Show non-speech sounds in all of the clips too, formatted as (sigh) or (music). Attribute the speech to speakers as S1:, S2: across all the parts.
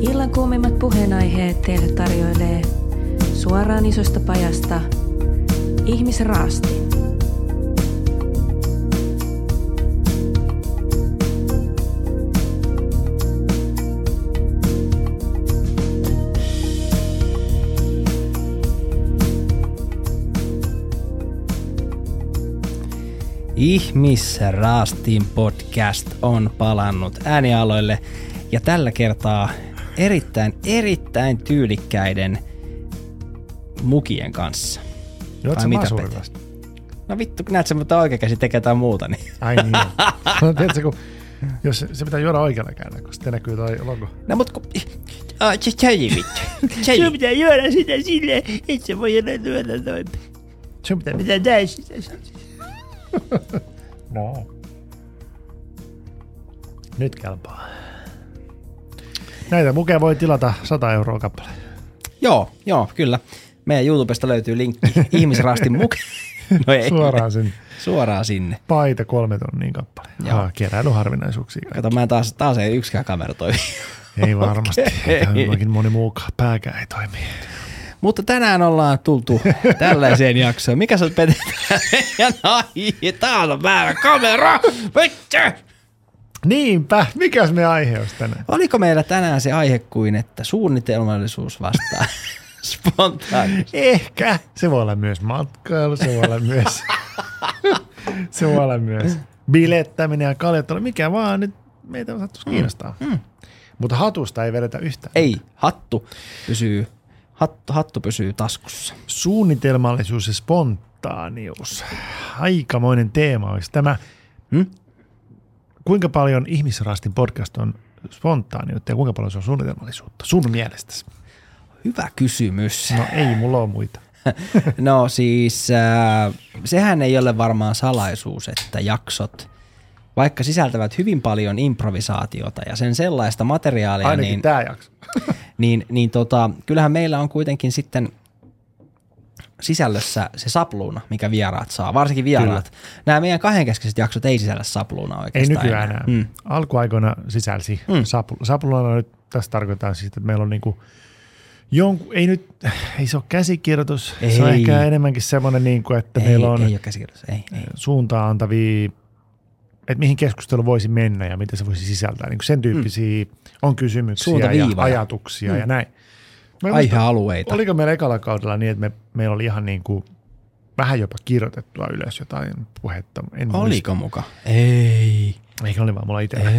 S1: Illan kuumimmat puheenaiheet teille tarjoilee suoraan isosta pajasta ihmisraasti.
S2: Ihmisraastin podcast on palannut äänialoille ja tällä kertaa erittäin, erittäin tyylikkäiden mukien kanssa.
S3: Joo,
S2: Vai
S3: sä
S2: mitä,
S3: masurin
S2: Pete?
S3: kanssa?
S2: No vittu, näet sä, mutta oikea käsi tekee jotain muuta, niin
S3: Ai niin. no, tiedätkö, kun, jos se pitää juoda oikealla kädellä, kun sitten näkyy toi logo.
S2: No mut kun... Ah, se chai vittu. Chai.
S4: Sun pitää juoda sitä sille, että se voi enää juoda noin.
S3: Sun pitää
S4: Mitä tää sitä
S3: (laughs) No. Nyt kelpaa. Näitä mukeja voi tilata 100 euroa kappale.
S2: Joo, joo, kyllä. Meidän YouTubesta löytyy linkki ihmisraastin mukaan. (laughs) No ei,
S3: Suoraan sinne.
S2: suoraan sinne.
S3: Paita kolme tonnin kappale.
S2: Joo.
S3: Jaa, keräily harvinaisuuksia.
S2: Kato, mä en taas, taas ei yksikään kamera toimi.
S3: Ei varmasti.
S2: Okei.
S3: Okay. Jokin moni muukaan. Pääkään ei toimi.
S2: Mutta tänään ollaan (laughs) tultu tällaiseen jaksoon. Mikä sä oot Pete? (laughs) Ja ai, taas on väärä kamera! Vittu!
S3: Niinpä. Mikäs me aihe olisi tänään?
S2: Oliko meillä tänään se aihe kuin, että suunnitelmallisuus (laughs) vastaa spontaani?
S3: Ehkä. Se voi olla myös matkailu, se voi olla myös, (laughs) se voi olla myös bilettäminen ja kaljattelu, mikä vaan nyt meitä sattuisi kiinnostaa. Mm. Mutta hatusta ei vedetä yhtään.
S2: Ei, hattu pysyy, hattu, hattu pysyy taskussa.
S3: Suunnitelmallisuus ja spontaanius. Aikamoinen teema olisi tämä.
S2: Hmm?
S3: Kuinka paljon ihmisrastin podcast on spontaaniutta ja kuinka paljon se on suunnitelmallisuutta sun mielestäsi?
S2: Hyvä kysymys. (laughs)
S3: No ei mulla ole muita.
S2: No siis äh, sehän ei ole varmaan salaisuus, että jaksot, vaikka sisältävät hyvin paljon improvisaatiota ja sen sellaista materiaalia,
S3: Ainakin
S2: niin,
S3: tämä jakso.
S2: niin, niin tota, kyllähän meillä on kuitenkin sitten sisällössä se sapluuna, mikä vieraat saa, varsinkin vieraat. Kyllä. Nämä meidän kahdenkeskiset jaksot ei sisällä sapluuna
S3: Ei
S2: oikeastaan.
S3: nykyään enää. Mm. Alkuaikoina sisälsi. Mm. Sapulana nyt tässä tarkoittaa siis, että meillä on niinku jonku, ei nyt, ei se ole käsikirjoitus, ei. se on
S2: Ei.
S3: ehkä enemmänkin semmoinen, niinku, että
S2: Ei,
S3: ei, meillä on
S2: ei
S3: ei,
S2: ole käsikirjoitus, ei, ei.
S3: suuntaan antavia, että mihin keskustelu voisi mennä ja mitä se voisi sisältää. Niinku sen tyyppisiä mm. on kysymyksiä ja
S2: Suuntaviivoja.
S3: ajatuksia mm. ja näin. Mä en muista,
S2: Aihealueita.
S3: Oliko meillä ekalla kaudella niin, että me, meillä oli ihan niinku, vähän jopa kirjoitettua ylös jotain puhetta? En muista.
S2: Oliko muka? Ei.
S3: Eikä oli vaan mulla itsellä.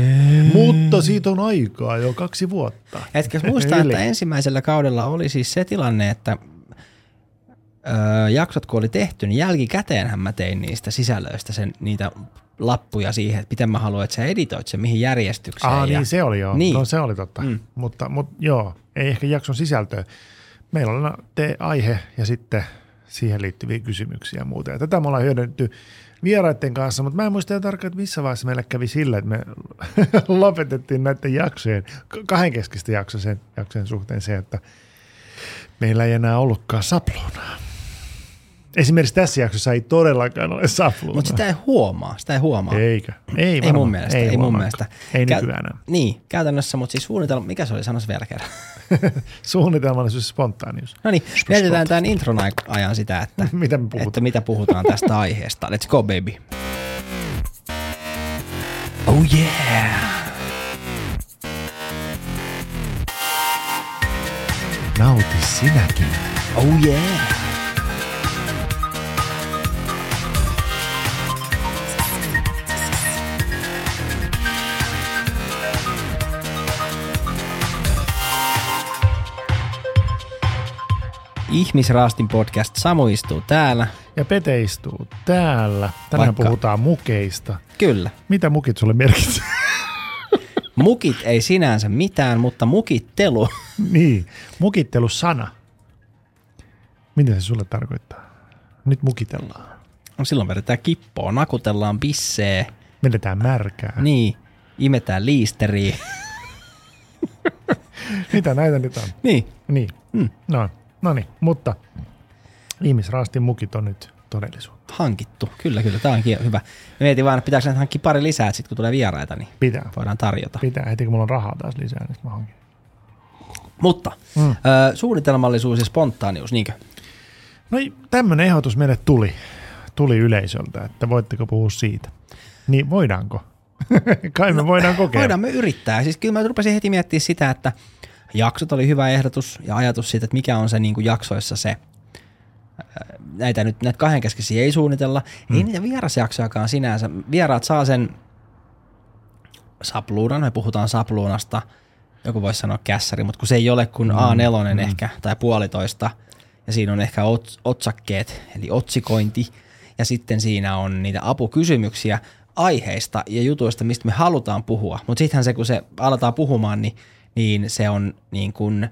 S3: Mutta siitä on aikaa jo kaksi vuotta.
S2: Etkä muista,
S3: Yli.
S2: että ensimmäisellä kaudella oli siis se tilanne, että öö, jaksot kun oli tehty, niin jälkikäteenhän mä tein niistä sisällöistä sen, niitä lappuja siihen, että miten mä haluan, että sä editoit sen, mihin järjestykseen.
S3: Ah,
S2: ja,
S3: niin se oli joo.
S2: Niin.
S3: Niin. No, se oli totta. Mm. Mutta, mutta joo, ei ehkä jakson sisältöä. Meillä on aina te aihe ja sitten siihen liittyviä kysymyksiä ja muuta. Ja tätä me ollaan hyödynnetty vieraiden kanssa, mutta mä en muista ihan tarkkaan, että missä vaiheessa meille kävi sillä, että me (laughs) lopetettiin näiden jaksojen, k- kahdenkeskisten jaksojen, jaksojen suhteen se, että meillä ei enää ollutkaan sapluunaa. Esimerkiksi tässä jaksossa ei todellakaan ole sapluunaa.
S2: Mutta sitä ei huomaa, sitä ei huomaa.
S3: Eikä. Ei,
S2: ei
S3: varmaan.
S2: mun mielestä, ei, mun
S3: varmaankaan.
S2: mielestä.
S3: Ei
S2: Kä-
S3: nykyään enää.
S2: Niin, käytännössä, mutta siis suunnitelma, mikä se oli, sanois vielä kerran.
S3: (laughs) Suunnitelmallisuus ja spontaanius.
S2: No niin, mietitään tämän intron ai- ajan sitä, että,
S3: (laughs) Mitä me
S2: että
S3: puhutaan?
S2: mitä puhutaan
S3: (laughs)
S2: tästä aiheesta. Let's go baby.
S4: Oh yeah!
S3: Nauti sinäkin.
S2: Oh yeah. Ihmisraastin podcast Samu istuu täällä.
S3: Ja Pete istuu täällä. Tänään
S2: Vaikka-
S3: Vaikka. puhutaan mukeista.
S2: Kyllä.
S3: Mitä mukit sulle merkitsee? (laughs)
S2: Mukit ei sinänsä mitään, mutta mukittelu. (laughs)
S3: niin, mukittelusana. Mitä se sulle tarkoittaa? Nyt mukitellaan.
S2: No silloin vedetään kippoa, nakutellaan bissee,
S3: Vedetään märkää. Niin.
S2: niin, imetään liisteriä.
S3: (laughs)
S2: (laughs)
S3: Mitä näitä nyt on?
S2: niin,
S3: Niin. Mm. No, no niin, mutta ihmisraastin mukit on nyt todellisuutta.
S2: hankittu. Kyllä, kyllä. Tämä on ki- hyvä. Mä Mietin vaan, että pitääkö näitä hankkia pari lisää, että sit kun tulee vieraita, niin
S3: Pitää.
S2: voidaan tarjota.
S3: Pitää. Heti kun mulla on rahaa taas lisää, niin sit mä hankin.
S2: Mutta mm. ö, suunnitelmallisuus ja spontaanius, niinkö?
S3: No tämmöinen ehdotus meille tuli, tuli yleisöltä, että voitteko puhua siitä. Niin voidaanko? (laughs) Kai me no, voidaan kokea.
S2: Voidaan me yrittää. Siis kyllä mä rupesin heti miettimään sitä, että jaksot oli hyvä ehdotus ja ajatus siitä, että mikä on se niin kuin jaksoissa se näitä nyt näitä kahdenkeskeisiä ei suunnitella. Mm. Ei niitä vierasjaksojakaan sinänsä. Vieraat saa sen sapluunan, me puhutaan sapluunasta, joku voisi sanoa kässäri, mutta kun se ei ole kuin A4 mm. ehkä, tai puolitoista, ja siinä on ehkä ots- otsakkeet, eli otsikointi, ja sitten siinä on niitä apukysymyksiä aiheista ja jutuista, mistä me halutaan puhua. Mutta sittenhän se, kun se aletaan puhumaan, niin, niin se on niin kuin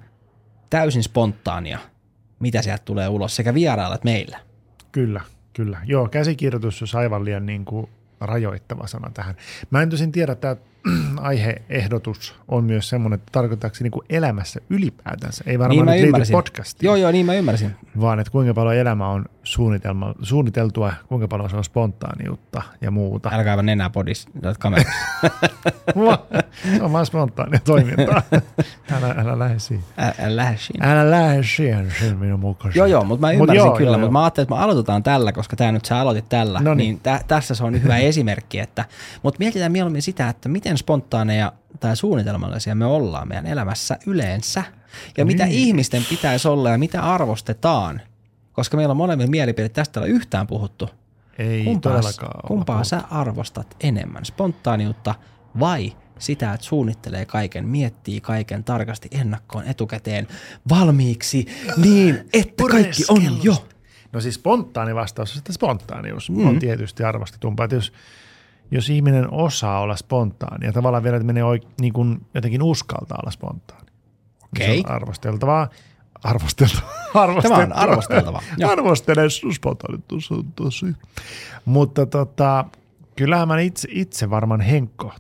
S2: täysin spontaania mitä sieltä tulee ulos sekä vierailla että meillä.
S3: Kyllä, kyllä. Joo, käsikirjoitus on aivan liian niin kuin rajoittava sana tähän. Mä en tosin tiedä, että tämä (clears throat) aiheehdotus on myös semmoinen, että tarkoittaako se niin kuin elämässä ylipäätänsä. Ei varmaan
S2: Niin mä
S3: nyt liity
S2: ymmärsin.
S3: podcastiin,
S2: Joo, joo, niin mä ymmärsin.
S3: vaan että kuinka paljon elämä on suunnitelma, suunniteltua, kuinka paljon se on spontaaniutta ja muuta.
S2: Älkää aivan nenää podis, olet
S3: (laughs)
S2: kamerassa.
S3: Mua- (laughs) se on vaan spontaania toimintaa. (laughs) älä, älä lähde siihen.
S2: Ä- Älä lähde siinä.
S3: Älä lähde siihen, se on minun mukaan.
S2: Joo, joo, mutta mä ymmärsin
S3: joo,
S2: kyllä,
S3: joo,
S2: mutta
S3: joo.
S2: mä ajattelin, että me aloitetaan tällä, koska tämä nyt sä aloitit tällä,
S3: No niin.
S2: niin tä- tässä se
S3: (laughs)
S2: on hyvä esimerkki. Että, mutta mietitään mieluummin sitä, että miten spontaaneja tai suunnitelmallisia me ollaan meidän elämässä yleensä,
S3: Niin.
S2: ja mitä ihmisten pitäisi olla ja mitä arvostetaan, koska meillä on molemmilla mielipide, tästä ei ole yhtään puhuttu.
S3: Ei
S2: Kumpaa,
S3: todellakaan olla
S2: kumpaa
S3: puhuttu.
S2: sä arvostat enemmän, spontaaniutta vai sitä, että suunnittelee kaiken, miettii kaiken tarkasti ennakkoon etukäteen valmiiksi niin, että kaikki on jo.
S3: No siis spontaani vastaus on sitten spontaanius. Mm. On tietysti arvostetumpaa. Että jos, jos ihminen osaa olla spontaani ja tavallaan vielä että menee oik, niin kuin jotenkin uskaltaa olla spontaani. niin
S2: Okei.
S3: Se on arvosteltavaa. Arvosteltavaa. arvosteltavaa.
S2: (laughs) Tämä on arvosteltava.
S3: (laughs)
S2: Joo.
S3: Arvostelen sun spontaanituus on tosi. Mutta tota, kyllähän mä itse, itse varmaan henkko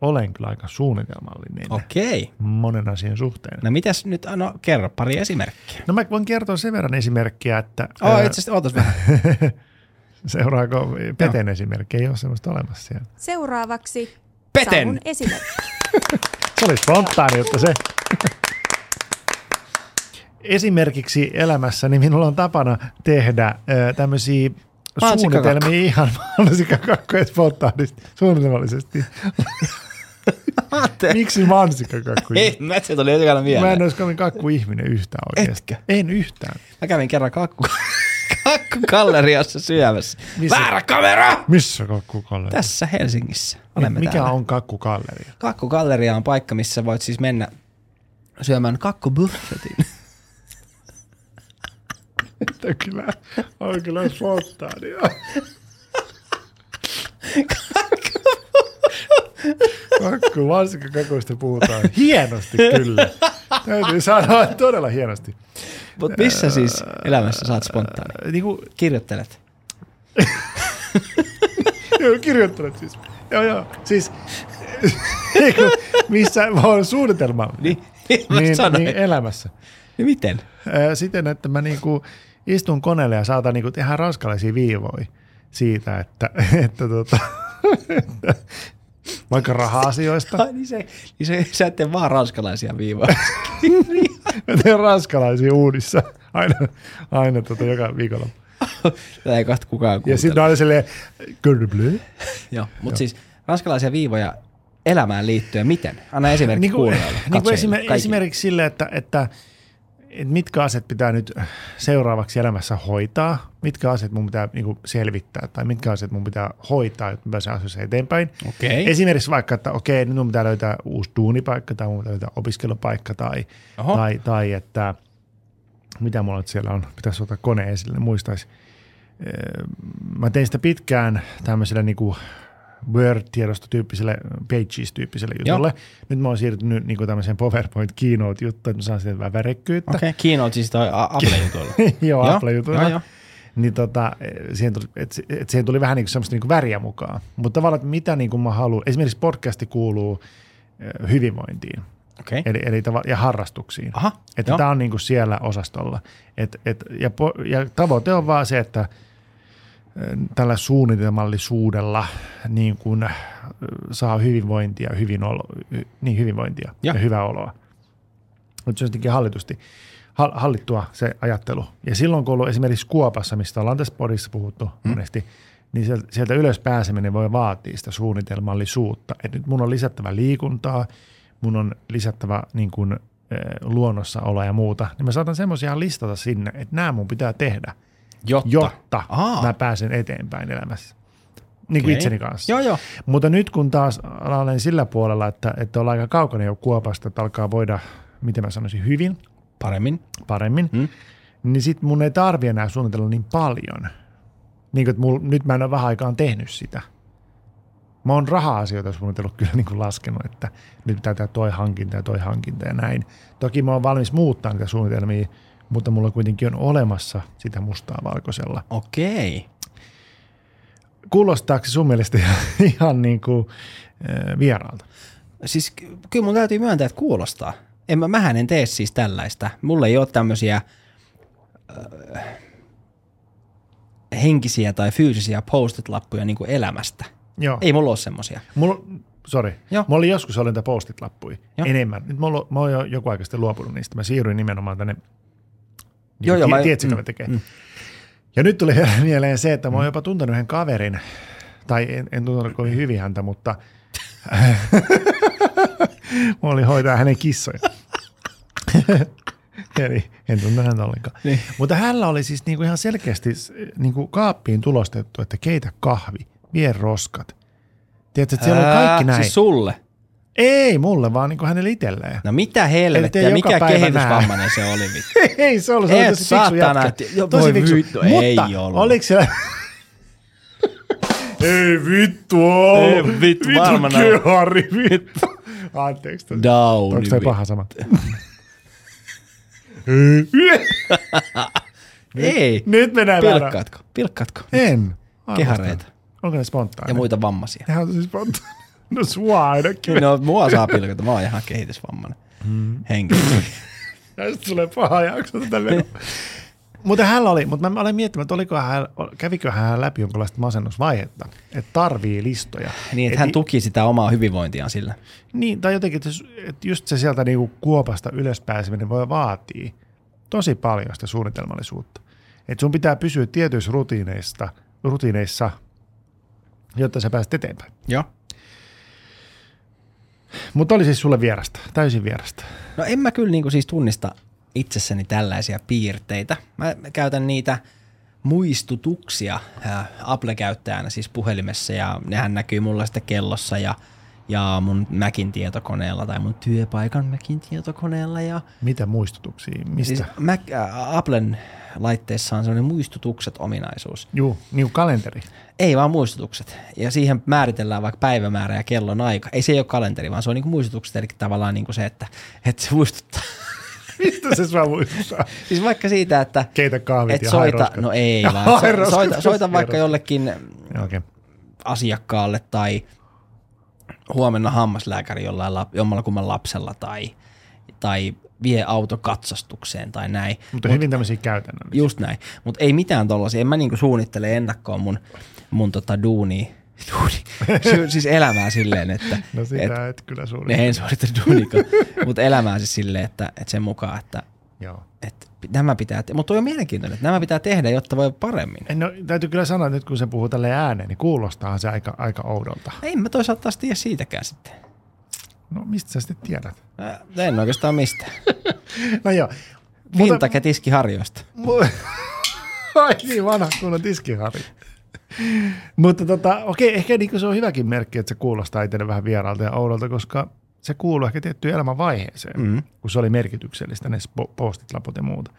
S3: olen kyllä aika suunnitelmallinen okay.
S2: Okei.
S3: monen asian suhteen.
S2: No mitäs nyt, no kerro pari esimerkkiä.
S3: No mä voin kertoa sen verran esimerkkiä, että
S2: Oh,
S3: ää,
S2: itse asiassa, ootas vähän.
S3: Seuraako Peten esimerkki? Ei ole sellaista olemassa siellä.
S5: Seuraavaksi
S2: Peten!
S5: Savun esimerkki.
S3: Se oli spontaani, että se... Esimerkiksi elämässäni minulla on tapana tehdä ö, tämmöisiä
S2: Mansikkakakku.
S3: suunnitelmia ihan (laughs) mansikkakakkoja spontaanisti, suunnitelmallisesti. Miksi mansikkakakkuja?
S2: (laughs) Ei, mä se tuli jotenkin
S3: Mä
S2: mieleen.
S3: en olisi kovin kakkuihminen yhtään oikeasti.
S2: Etkö?
S3: En yhtään.
S2: Mä kävin kerran kakku, (laughs) kakkukalleriassa syömässä.
S3: Missä?
S2: Väärä kamera!
S3: Missä kakkukalleri?
S2: Tässä Helsingissä. Olemme
S3: Mikä
S2: täällä.
S3: on kakkukalleri?
S2: Kakkugalleria on paikka, missä voit siis mennä syömään kakkubuffetin.
S3: Tämä kyllä, on kyllä spontaania. Kakku, varsinkin kakuista puhutaan. Hienosti kyllä. Täytyy sanoa, että todella hienosti.
S2: (laughs) Mutta missä siis elämässä saat spontaani?
S3: Äh, Niin kuin,
S2: Kirjoittelet.
S3: joo, kirjoittanut siis. Joo, joo. Siis, (laughs) niin kuin, missä mä oon suunnitelma.
S2: Niin, niin mä
S3: niin,
S2: sanoin.
S3: niin elämässä.
S2: Niin miten?
S3: Ää, siten, että mä niinku istun koneelle ja saatan niinku tehdä ranskalaisia viivoja siitä, että, (laughs) että, tota, että vaikka raha-asioista.
S2: Ai niin se, niin se sä et tee vaan ranskalaisia viivoja. (laughs)
S3: Mä teen ranskalaisia uudissa aina, aina tota, joka viikolla.
S2: Tätä ei kohta kukaan
S3: Ja
S2: kuuntele.
S3: sitten aina silleen, "Gurgle bleu."
S2: Joo, mutta siis ranskalaisia viivoja elämään liittyen, miten? Anna esimerkki
S3: niin kuin,
S2: kuulijoille,
S3: (laughs) niin kuin
S2: katsojille,
S3: esim,
S2: kaikille.
S3: esimerkiksi sille, että, että, että mitkä asiat pitää nyt seuraavaksi elämässä hoitaa, mitkä asiat mun pitää niin kuin selvittää tai mitkä asiat mun pitää hoitaa, jotta mä pääsen asioissa eteenpäin.
S2: Okei.
S3: Esimerkiksi vaikka, että okei, nyt mun pitää löytää uusi duunipaikka tai mun pitää löytää opiskelupaikka tai,
S2: Oho.
S3: tai, tai että mitä mulla nyt siellä on, pitäisi ottaa kone esille, muistaisi. Öö, Mä tein sitä pitkään tämmöisellä niinku Word-tiedostotyyppiselle, Pages-tyyppiselle
S2: Joo.
S3: jutulle. Nyt mä oon siirtynyt niinku tämmöiseen PowerPoint Keynote-juttuun, että mä saan sitten vähän värikkyyttä.
S2: Okei, okay. Keynote siis toi A- Apple-jutuilla.
S3: (laughs) joo,
S2: Joo,
S3: Apple-jutuilla.
S2: joo, joo.
S3: Niin tota, siihen tuli, et, se- et siihen tuli vähän niinku semmoista niinku väriä mukaan. Mutta tavallaan, että mitä niinku mä haluan, esimerkiksi podcasti kuuluu ö, hyvinvointiin.
S2: Okei. Okay.
S3: Eli, eli tava- ja harrastuksiin.
S2: Aha,
S3: että
S2: joo.
S3: tämä on niinku siellä osastolla. Et, et, ja, po- ja tavoite on vaan se, että ö, tällä suunnitelmallisuudella niin kun, ö, saa hyvinvointia, hyvin olo, hy- niin hyvinvointia ja.
S2: Joo.
S3: ja hyvää oloa. Mutta se on jotenkin hallitusti, hal- hallittua se ajattelu. Ja silloin kun on ollut esimerkiksi Kuopassa, mistä ollaan tässä podissa puhuttu mm. monesti, niin sieltä, sieltä ylös pääseminen voi vaatia sitä suunnitelmallisuutta. Et nyt mun on lisättävä liikuntaa, mun on lisättävä niin kuin, eh, luonnossa olla ja muuta. Niin mä saatan semmoisia listata sinne, että nämä mun pitää tehdä,
S2: Jotta.
S3: jotta
S2: Aa.
S3: mä pääsen eteenpäin elämässä. Niin kuin
S2: Okei.
S3: itseni kanssa.
S2: Joo, joo.
S3: Mutta nyt kun taas olen sillä puolella, että, että ollaan aika kaukana jo Kuopasta, että alkaa voida, miten mä sanoisin, hyvin,
S2: Paremmin.
S3: paremmin,
S2: Mm.
S3: mm. niin sitten mun ei tarvi enää suunnitella niin paljon. Niin kuin, että mul, nyt mä en ole vähän aikaan tehnyt sitä. Mä oon raha-asioita suunnitellut kyllä niin kuin laskenut, että nyt pitää tehdä toi hankinta ja toi hankinta ja näin. Toki mä oon valmis muuttaa niitä suunnitelmia, mutta mulla kuitenkin on olemassa sitä mustaa valkoisella.
S2: Okei.
S3: Kuulostaako se sun mielestä ihan niin kuin äh, vieraalta?
S2: Siis ky- kyllä mun täytyy myöntää, että kuulostaa. En mä, mähän en tee siis tällaista. Mulla ei ole tämmöisiä ö, henkisiä tai fyysisiä postit-lappuja niin kuin elämästä.
S3: Joo.
S2: Ei mulla ole semmoisia.
S3: Mulla, sorry.
S2: Joo.
S3: Mulla oli joskus oli niitä postit lappuja
S2: Joo.
S3: enemmän. Nyt mulla, mä oon jo joku aika sitten luopunut niistä. Mä siirryin nimenomaan tänne,
S2: Joo, joo,
S3: Ti-
S2: mä-
S3: Niin, tiedätkö,
S2: mm,
S3: mitä mä tekee. Ja nyt tuli (laughs) mieleen se, että mä oon jopa tuntenut yhden kaverin, tai en, en
S2: (laughs)
S3: tuntenut kovin hyvin häntä, mutta (laughs) mä olin hoitaa hänen kissoja. (laughs) Eli en tunne häntä ollenkaan. Niin. Mutta hänellä oli siis niinku ihan selkeästi s- niinku kaappiin tulostettu, että keitä kahvi, vie roskat. Tiedätkö, että siellä on
S2: Ää,
S3: kaikki näin.
S2: Siis sulle.
S3: Ei mulle, vaan niinku hänelle itselleen.
S2: No mitä
S3: Eli
S2: helvettiä,
S3: te
S2: mikä
S3: joka päivä
S2: kehitysvammainen se oli vittu.
S3: (laughs) ei se ollut, se oli
S2: Et
S3: tosi fiksu
S2: saatana,
S3: jätkä.
S2: et- jo, voi
S3: Tosi fiksu.
S2: vittu, ei
S3: Mutta
S2: ollut.
S3: oliko siellä... (laughs) ei vittu oo.
S2: Ei vittu, varmaan oli.
S3: Vittu kehari, vittu. Anteeksi. tosi-
S2: Downi,
S3: Onko toi
S2: vittu.
S3: paha sama?
S2: Ei.
S3: (laughs) Nyt mennään väärään.
S2: Pilkkaatko? Pilkkaatko?
S3: En. Arvostan.
S2: Kehareita.
S3: Onko ne
S2: Ja
S3: spontaani?
S2: muita vammaisia.
S3: Nehän on tosi spontaani. No sua ainakin.
S2: No mua saa pilkata, mä oon ihan kehitysvammainen mm. henkilö.
S3: Tästä tulee paha jakso tätä (laughs) veroa. Mutta hän oli, mutta mä olen miettinyt, että oliko hän, kävikö hän läpi jonkinlaista masennusvaihetta, että tarvii listoja.
S2: Niin, että
S3: Et-
S2: hän tuki sitä omaa hyvinvointiaan sillä.
S3: Niin, tai jotenkin, että s- että just se sieltä niinku kuopasta ylös pääseminen voi vaatia tosi paljon sitä suunnitelmallisuutta. Et sun pitää pysyä tietyissä rutiineista, rutiineissa, jotta sä pääset eteenpäin.
S2: Joo.
S3: Mutta oli siis sulle vierasta, täysin vierasta.
S2: No en mä kyllä niinku siis tunnista itsessäni tällaisia piirteitä. Mä käytän niitä muistutuksia ää, Apple-käyttäjänä siis puhelimessa ja nehän näkyy mulla sitten kellossa ja, ja mun Mäkin tietokoneella tai mun työpaikan Mäkin tietokoneella ja
S3: Mitä muistutuksia, mistä?
S2: siis
S3: Siis,
S2: Mac, ää, Applen laitteessa on sellainen muistutukset ominaisuus.
S3: Juu, niin kuin kalenteri. (laughs)
S2: Ei vaan muistutukset. Ja siihen määritellään vaikka päivämäärä ja kellon aika. Ei se ei ole kalenteri, vaan se on niinku muistutukset, eli tavallaan niinku se, että, että se muistuttaa. (laughs)
S3: Mistä se sua muistuttaa?
S2: siis vaikka siitä, että
S3: Keitä kahvit
S2: et
S3: ja hae
S2: soita,
S3: roskat.
S2: no ei
S3: Ja
S2: vaan,
S3: hae
S2: so,
S3: roskat,
S2: soita, soita
S3: hae
S2: vaikka
S3: roskat.
S2: jollekin
S3: (laughs) Okei.
S2: asiakkaalle tai huomenna hammaslääkäri jollain lap, jommalla kumman lapsella tai, tai vie auto katsastukseen tai näin.
S3: Mutta hyvin tämmöisiä käytännön.
S2: Just näin. Mutta ei mitään tollasia. En mä niinku suunnittele ennakkoon mun, mun tota duuni, duuni. (laughs) sy- siis elämää silleen, että
S3: (laughs) No sitä
S2: et, (laughs)
S3: et, et kyllä suuri.
S2: ne en suoritta duunikaan, mutta elämää siis silleen, että, että sen mukaan, että,
S3: Joo.
S2: että nämä pitää, te- mutta toi on mielenkiintoinen, että nämä pitää tehdä, jotta voi paremmin.
S3: En, no, täytyy kyllä sanoa, että nyt kun se puhuu tälle ääneen, niin kuulostaa se aika, aika oudolta.
S2: Ei mä toisaalta taas tiedä siitäkään sitten.
S3: No mistä sä sitten tiedät?
S2: Mä en oikeastaan mistään.
S3: No joo. Mutta,
S2: Vintake tiskiharjoista.
S3: mu- (laughs) Ai niin vanha kunnon tiskihari. Mutta tota, okei, ehkä niin se on hyväkin merkki, että se kuulostaa itselle vähän vieraalta ja oudolta, koska se kuuluu ehkä tiettyyn elämänvaiheeseen, mm. kun se oli merkityksellistä, ne spo- postit, laput ja muuta.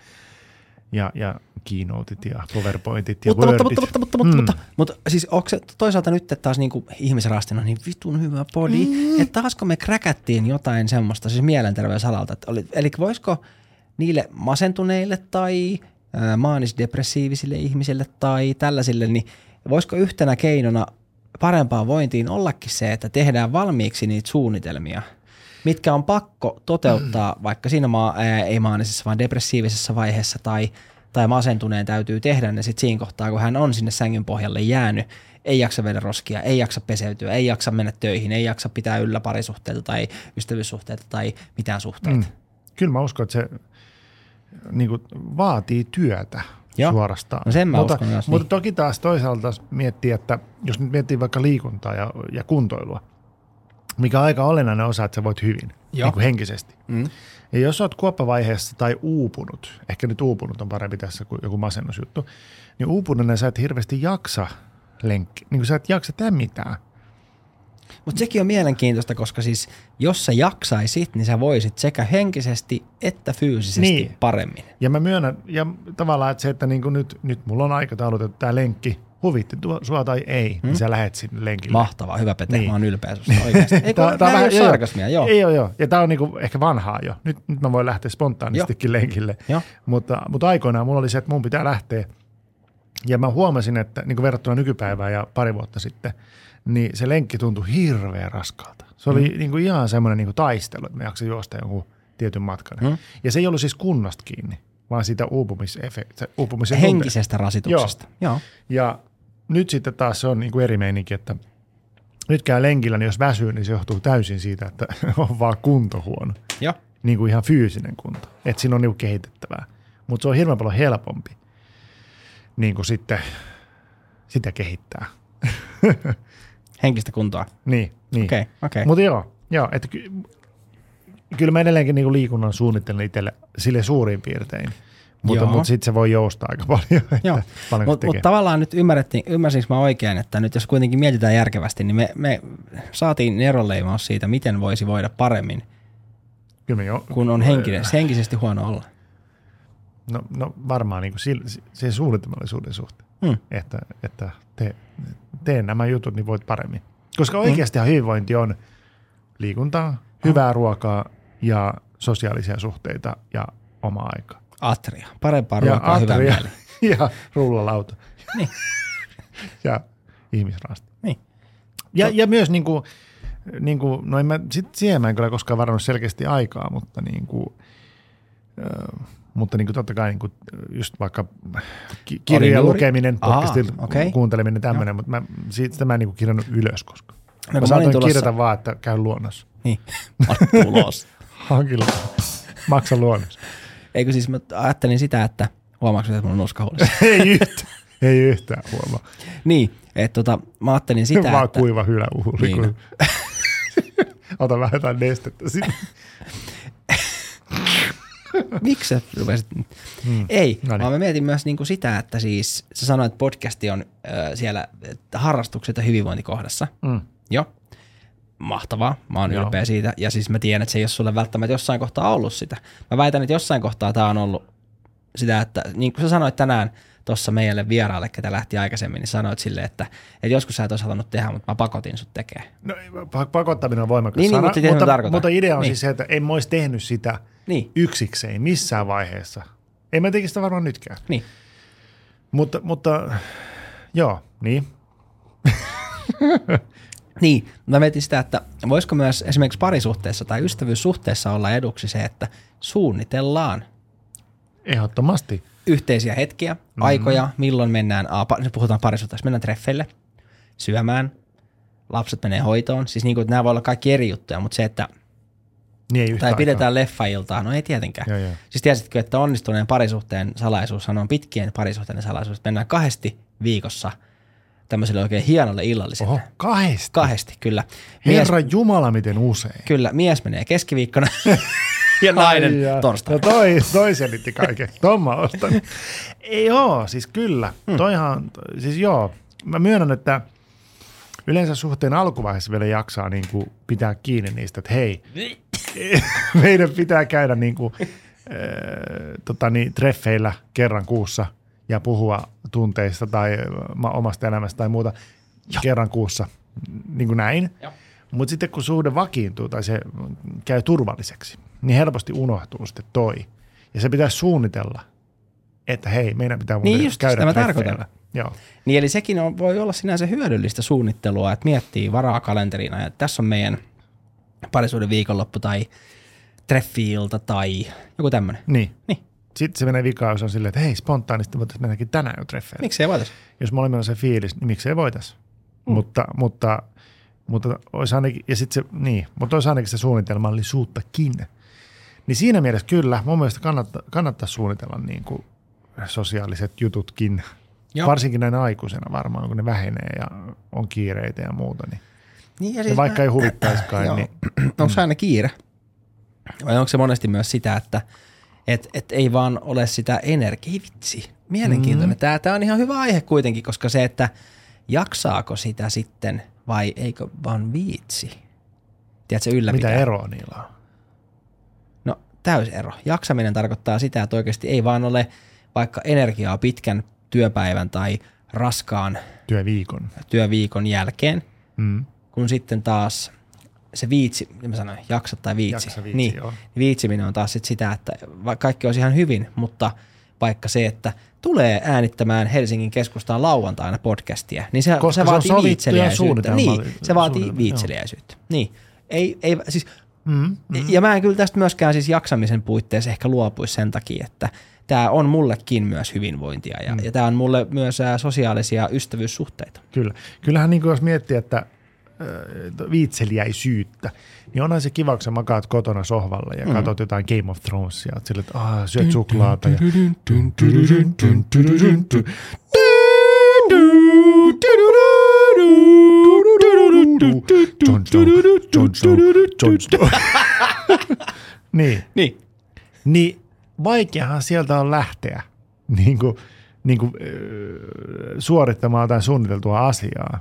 S3: Ja, ja keynoteit ja powerpointit ja
S2: Mutta, mutta,
S3: wordit.
S2: mutta,
S3: Mm.
S2: mutta, mutta, mutta, mutta, mutta, siis onko se toisaalta nyt että taas niinku ihmisrastina niin vitun hyvä podi, mm. että taasko me kräkättiin jotain semmoista siis mielenterveysalalta, että oli, eli voisiko niille masentuneille tai ää, maanisdepressiivisille ihmisille tai tällaisille, niin voisiko yhtenä keinona parempaan vointiin ollakin se, että tehdään valmiiksi niitä suunnitelmia, mitkä on pakko toteuttaa vaikka siinä maa, ää, ei maanisessa, vaan depressiivisessa vaiheessa tai, tai masentuneen täytyy tehdä ne sitten siinä kohtaa, kun hän on sinne sängyn pohjalle jäänyt. Ei jaksa vedä roskia, ei jaksa peseytyä, ei jaksa mennä töihin, ei jaksa pitää yllä parisuhteita tai ystävyyssuhteita tai mitään suhteita. Mm.
S3: kyllä mä uskon, että se niin kuin, vaatii työtä
S2: Joo.
S3: Joo. suorastaan.
S2: No sen mä
S3: mutta,
S2: uskon myös,
S3: Mutta
S2: niin.
S3: toki taas toisaalta taas miettii, että jos nyt miettii vaikka liikuntaa ja, ja kuntoilua, mikä on aika olennainen osa, että sä voit hyvin
S2: Joo.
S3: niin kuin henkisesti.
S2: Mm.
S3: Ja jos olet kuoppavaiheessa tai uupunut, ehkä nyt uupunut on parempi tässä kuin joku masennusjuttu, niin uupuneena sä et hirveästi jaksa lenkki. Niin kuin sä et jaksa tehdä mitään.
S2: Mutta sekin on mielenkiintoista, koska siis jos sä jaksaisit, niin sä voisit sekä henkisesti että fyysisesti niin.
S3: Niin.
S2: paremmin.
S3: Ja mä myönnän, ja tavallaan että se, että niin kuin nyt, nyt mulla on aikataulut, että tämä lenkki, huvitti tuo, sua tai ei, hmm? niin sä lähet sinne lenkille.
S2: Mahtavaa, hyvä Pete, niin.
S3: Niin.
S2: mä oon ylpeä susta (laughs) oikeasti. Ei kun, tää, ei ole
S3: joo,
S2: sarkasmia, joo.
S3: Ei ole, joo. Ja tämä on niinku ehkä vanhaa jo. Nyt, nyt mä voin lähteä spontaanistikin lenkille.
S2: Joo.
S3: Mutta, mutta aikoinaan mulla oli se, että mun pitää lähteä. Ja mä huomasin, että niin verrattuna nykypäivään ja pari vuotta sitten, niin se lenkki tuntui hirveän raskaalta. Se oli mm. niin kuin ihan semmoinen niin kuin taistelu, että mä jaksan juosta jonkun tietyn matkan.
S2: Mm.
S3: Mm. Ja se ei ollut siis kunnasta kiinni, vaan siitä uupumisefekti, uupumisen tunteesta.
S2: Henkisestä rasituksesta. Joo. joo.
S3: Ja nyt sitten taas se on niin kuin eri meininki, että nyt käy lenkillä, niin jos väsyy, niin se johtuu täysin siitä, että (laughs) on vaan kunto huono.
S2: Joo.
S3: Niin kuin ihan fyysinen kunto. Että siinä on niin kuin kehitettävää. Mutta se on hirveän paljon helpompi niin kuin sitten sitä kehittää. (laughs)
S2: Henkistä kuntoa.
S3: Niin, niin.
S2: Okei, okei.
S3: Mutta joo, joo että ky- kyllä mä edelleenkin niin kuin liikunnan suunnittelen itselle sille suurin piirtein. Mutta
S2: Joo.
S3: mut sitten se voi joustaa aika paljon, että
S2: Joo,
S3: paljonko
S2: mutta mut
S3: tekee.
S2: tavallaan nyt ymmärrettiin, ymmärsinkö mä oikein, että nyt jos kuitenkin mietitään järkevästi, niin me, me saatiin eroleimaus siitä, miten voisi voida paremmin,
S3: Kyllä me jo,
S2: kun on henkinen, henkisesti huono olla.
S3: No, no varmaan niin kuin sen suunnitelmallisuuden suhteen,
S2: Hmm.
S3: hmm. että, että te, tee nämä jutut, niin voit paremmin. Koska oikeastihan hyvinvointi on liikuntaa, hyvää ruokaa ja sosiaalisia suhteita ja omaa aikaa.
S2: Atria, parempaa
S3: Ja
S2: ruokaa, hyvä
S3: atria
S2: mieli.
S3: (laughs) ja rullalauta
S2: Niin.
S3: (laughs) ja ihmisrasta.
S2: Niin.
S3: Ja, ja myös niin kuin, niin kuin, no en mä, sit siihen mä en kyllä koskaan varannut selkeästi aikaa, mutta niin kuin, ö, mutta niin kuin totta kai niin kuin just vaikka ki- kirjojen
S2: juuri-
S3: lukeminen,
S2: Aa,
S3: podcastin
S2: okei.
S3: okay. kuunteleminen tämmöinen, mutta mä, siitä sitä mä en niin kuin kirjannut ylös koska.
S2: kun No,
S3: Mä,
S2: mä
S3: mä
S2: olin
S3: saatoin
S2: tulossa-
S3: kirjata vaan, että käy luonnossa.
S2: Niin, mä olen tulos. (laughs)
S3: Hankilla. Maksa luonnossa.
S2: Eikö siis mä ajattelin sitä, että huomaatko sä, että mulla on
S3: (laughs)
S2: nuskahuolissa?
S3: Ei yhtään. Ei yhtään huomaa.
S2: niin, että tota, mä ajattelin sitä,
S3: Sitä, vaan
S2: että,
S3: kuiva hyläuhuli.
S2: Niin.
S3: Niin. (laughs) Ota vähän jotain nestettä sinne.
S2: (laughs) miksi sä rupesit? Ei,
S3: no niin.
S2: vaan mä mietin myös niinku sitä, että siis sä sanoit, että podcasti on ö, siellä että harrastukset ja hyvinvointikohdassa.
S3: Mm.
S2: Joo. Mahtavaa. Mä oon
S3: Joo.
S2: ylpeä siitä. Ja siis mä tiedän, että se ei ole sulle välttämättä jossain kohtaa ollut sitä. Mä väitän, että jossain kohtaa tää on ollut sitä, että niin kuin sä sanoit tänään tuossa meille vieraalle, ketä lähti aikaisemmin, niin sanoit sille, että, että joskus sä et olisi halunnut tehdä, mutta mä pakotin sut tekemään.
S3: No, pa- pakottaminen on voimakas
S2: Niin, niin,
S3: sana,
S2: mutta sitä mä
S3: mutta,
S2: tarkoitan.
S3: mutta idea on
S2: Niin.
S3: niin. siis se, että en mä olisi tehnyt sitä
S2: Niin,
S3: yksikseen missään vaiheessa. En mä tekisi sitä varmaan nytkään.
S2: niin.
S3: Mutta, mutta joo, niin.
S2: Niin, mä mietin sitä, että voisiko myös esimerkiksi parisuhteessa tai ystävyyssuhteessa olla eduksi se, että suunnitellaan
S3: Ehdottomasti.
S2: yhteisiä hetkiä,
S3: Mhm.
S2: mm-hmm. aikoja, milloin mennään, aa, pa- nyt puhutaan parisuhteessa, mennään treffeille, syömään, lapset menee hoitoon. Siis niin kuin, nämä voi olla kaikki eri juttuja, mutta se, että
S3: Niin ei yhtä
S2: tai
S3: aikaa.
S2: pidetään leffailtaa, no ei tietenkään.
S3: Joo, joo.
S2: Siis tiesitkö, että onnistuneen parisuhteen salaisuushan on pitkien parisuhteiden salaisuus, että mennään kahdesti viikossa tämmöiselle oikein hienolle illalliselle.
S3: Oho, kahdesta.
S2: Kahdesti, kyllä. Mies,
S3: Herra Jumala, miten usein.
S2: kyllä, mies menee
S3: (laughs)
S2: keskiviikkona ja nainen
S3: Ai jaa.
S2: torstaina.
S3: No toi, toi selitti kaiken. Tomma ostan. (laughs) Ei, joo, siis kyllä. Hmm. Toihan, siis joo. Mä myönnän, että yleensä suhteen alkuvaiheessa vielä jaksaa niin kuin pitää kiinni niistä, että hei, (laughs) meidän pitää käydä niin kuin, äh, tota niin, treffeillä kerran kuussa ja puhua tunteista tai ma- omasta elämästä tai muuta ja. kerran kuussa, niin kuin näin. Mutta sitten kun suhde vakiintuu tai se käy turvalliseksi, niin helposti unohtuu sitten toi. Ja se pitää suunnitella, että hei, meidän pitää muuten
S2: Niin just,
S3: käydä
S2: sitä mä
S3: treffeillä.
S2: tarkoitan.
S3: Joo.
S2: Niin eli sekin on, voi olla sinänsä hyödyllistä suunnittelua, että miettii varaa kalenteriin, että tässä on meidän parisuuden viikonloppu tai treffiilta tai joku tämmöinen.
S3: Niin.
S2: Niin,
S3: Sitten se menee vikaan, jos on silleen, että hei, spontaanisti voitaisiin mennäkin tänään jo treffeille.
S2: miksei voitais?
S3: jos molemmilla on se fiilis, niin miksei voitaisi. Mm. Mutta, mutta, mutta olisi ainakin, ja sit se, niin, mutta olisi ainakin se suunnitelmallisuuttakin. Niin siinä mielessä kyllä, mun mielestä kannatta, kannattaa suunnitella niin kuin sosiaaliset jututkin,
S2: Joo.
S3: Joo. varsinkin näin aikuisena varmaan, kun ne vähenee ja on kiireitä ja muuta. Niin.
S2: Niin,
S3: Ja vaikka ei huvittaisikaan,
S2: Joo. (clears throat)
S3: niin
S2: onko se aina kiire? Vai onko se monesti myös sitä, että et, et ei vaan ole sitä energiaa? Vitsi, mielenkiintoinen. Mm. Tämä on ihan hyvä aihe kuitenkin, koska se, että jaksaako sitä sitten vai eikö vaan viitsi? Tiedätkö,
S3: mitä
S2: ylläpitää.
S3: eroa niillä on?
S2: No täysero. Jaksaminen tarkoittaa sitä, että oikeasti ei vaan ole vaikka energiaa pitkän työpäivän tai raskaan
S3: Työviikon.
S2: työviikon jälkeen,
S3: Mm.
S2: kun sitten taas se viitsi, mitä mä sanoin, jaksa tai viitsi.
S3: Jaksa viitsi,
S2: niin,
S3: joo.
S2: Viitsiminen on taas sit sitä, että va- kaikki olisi ihan hyvin, mutta vaikka se, että tulee äänittämään Helsingin keskustaan lauantaina podcastia, niin se,
S3: Koska se
S2: se
S3: on
S2: vaatii
S3: sovittu ja
S2: viitseliäisyyttä. Niin,
S3: suunnitelma-
S2: se vaatii
S3: suunnitelma,
S2: viitseliäisyyttä. Niin. Ei, ei, siis
S3: Mm.
S2: Mm. Ja mä en kyllä tästä myöskään siis jaksamisen puitteissa ehkä luopuisi sen takia, että tämä on mullekin myös hyvinvointia ja, mm. ja tämä on mulle myös ää, sosiaalisia ystävyyssuhteita.
S3: Kyllä. Kyllähän niin kuin jos miettii, että ö, viitseliäisyyttä, niin onhan se kiva, kun sä makaat kotona sohvalla ja mm. katsot jotain Game of Thronesia, oot silleen, että aah, syöt suklaata. Ja... Jon Snow, Jon Snow, Jon Snow. niin,
S2: Niin.
S3: niin vaikeahan sieltä on lähteä (laughs) niin kuin, niin kuin, öö, suorittamaan jotain suunniteltua asiaa.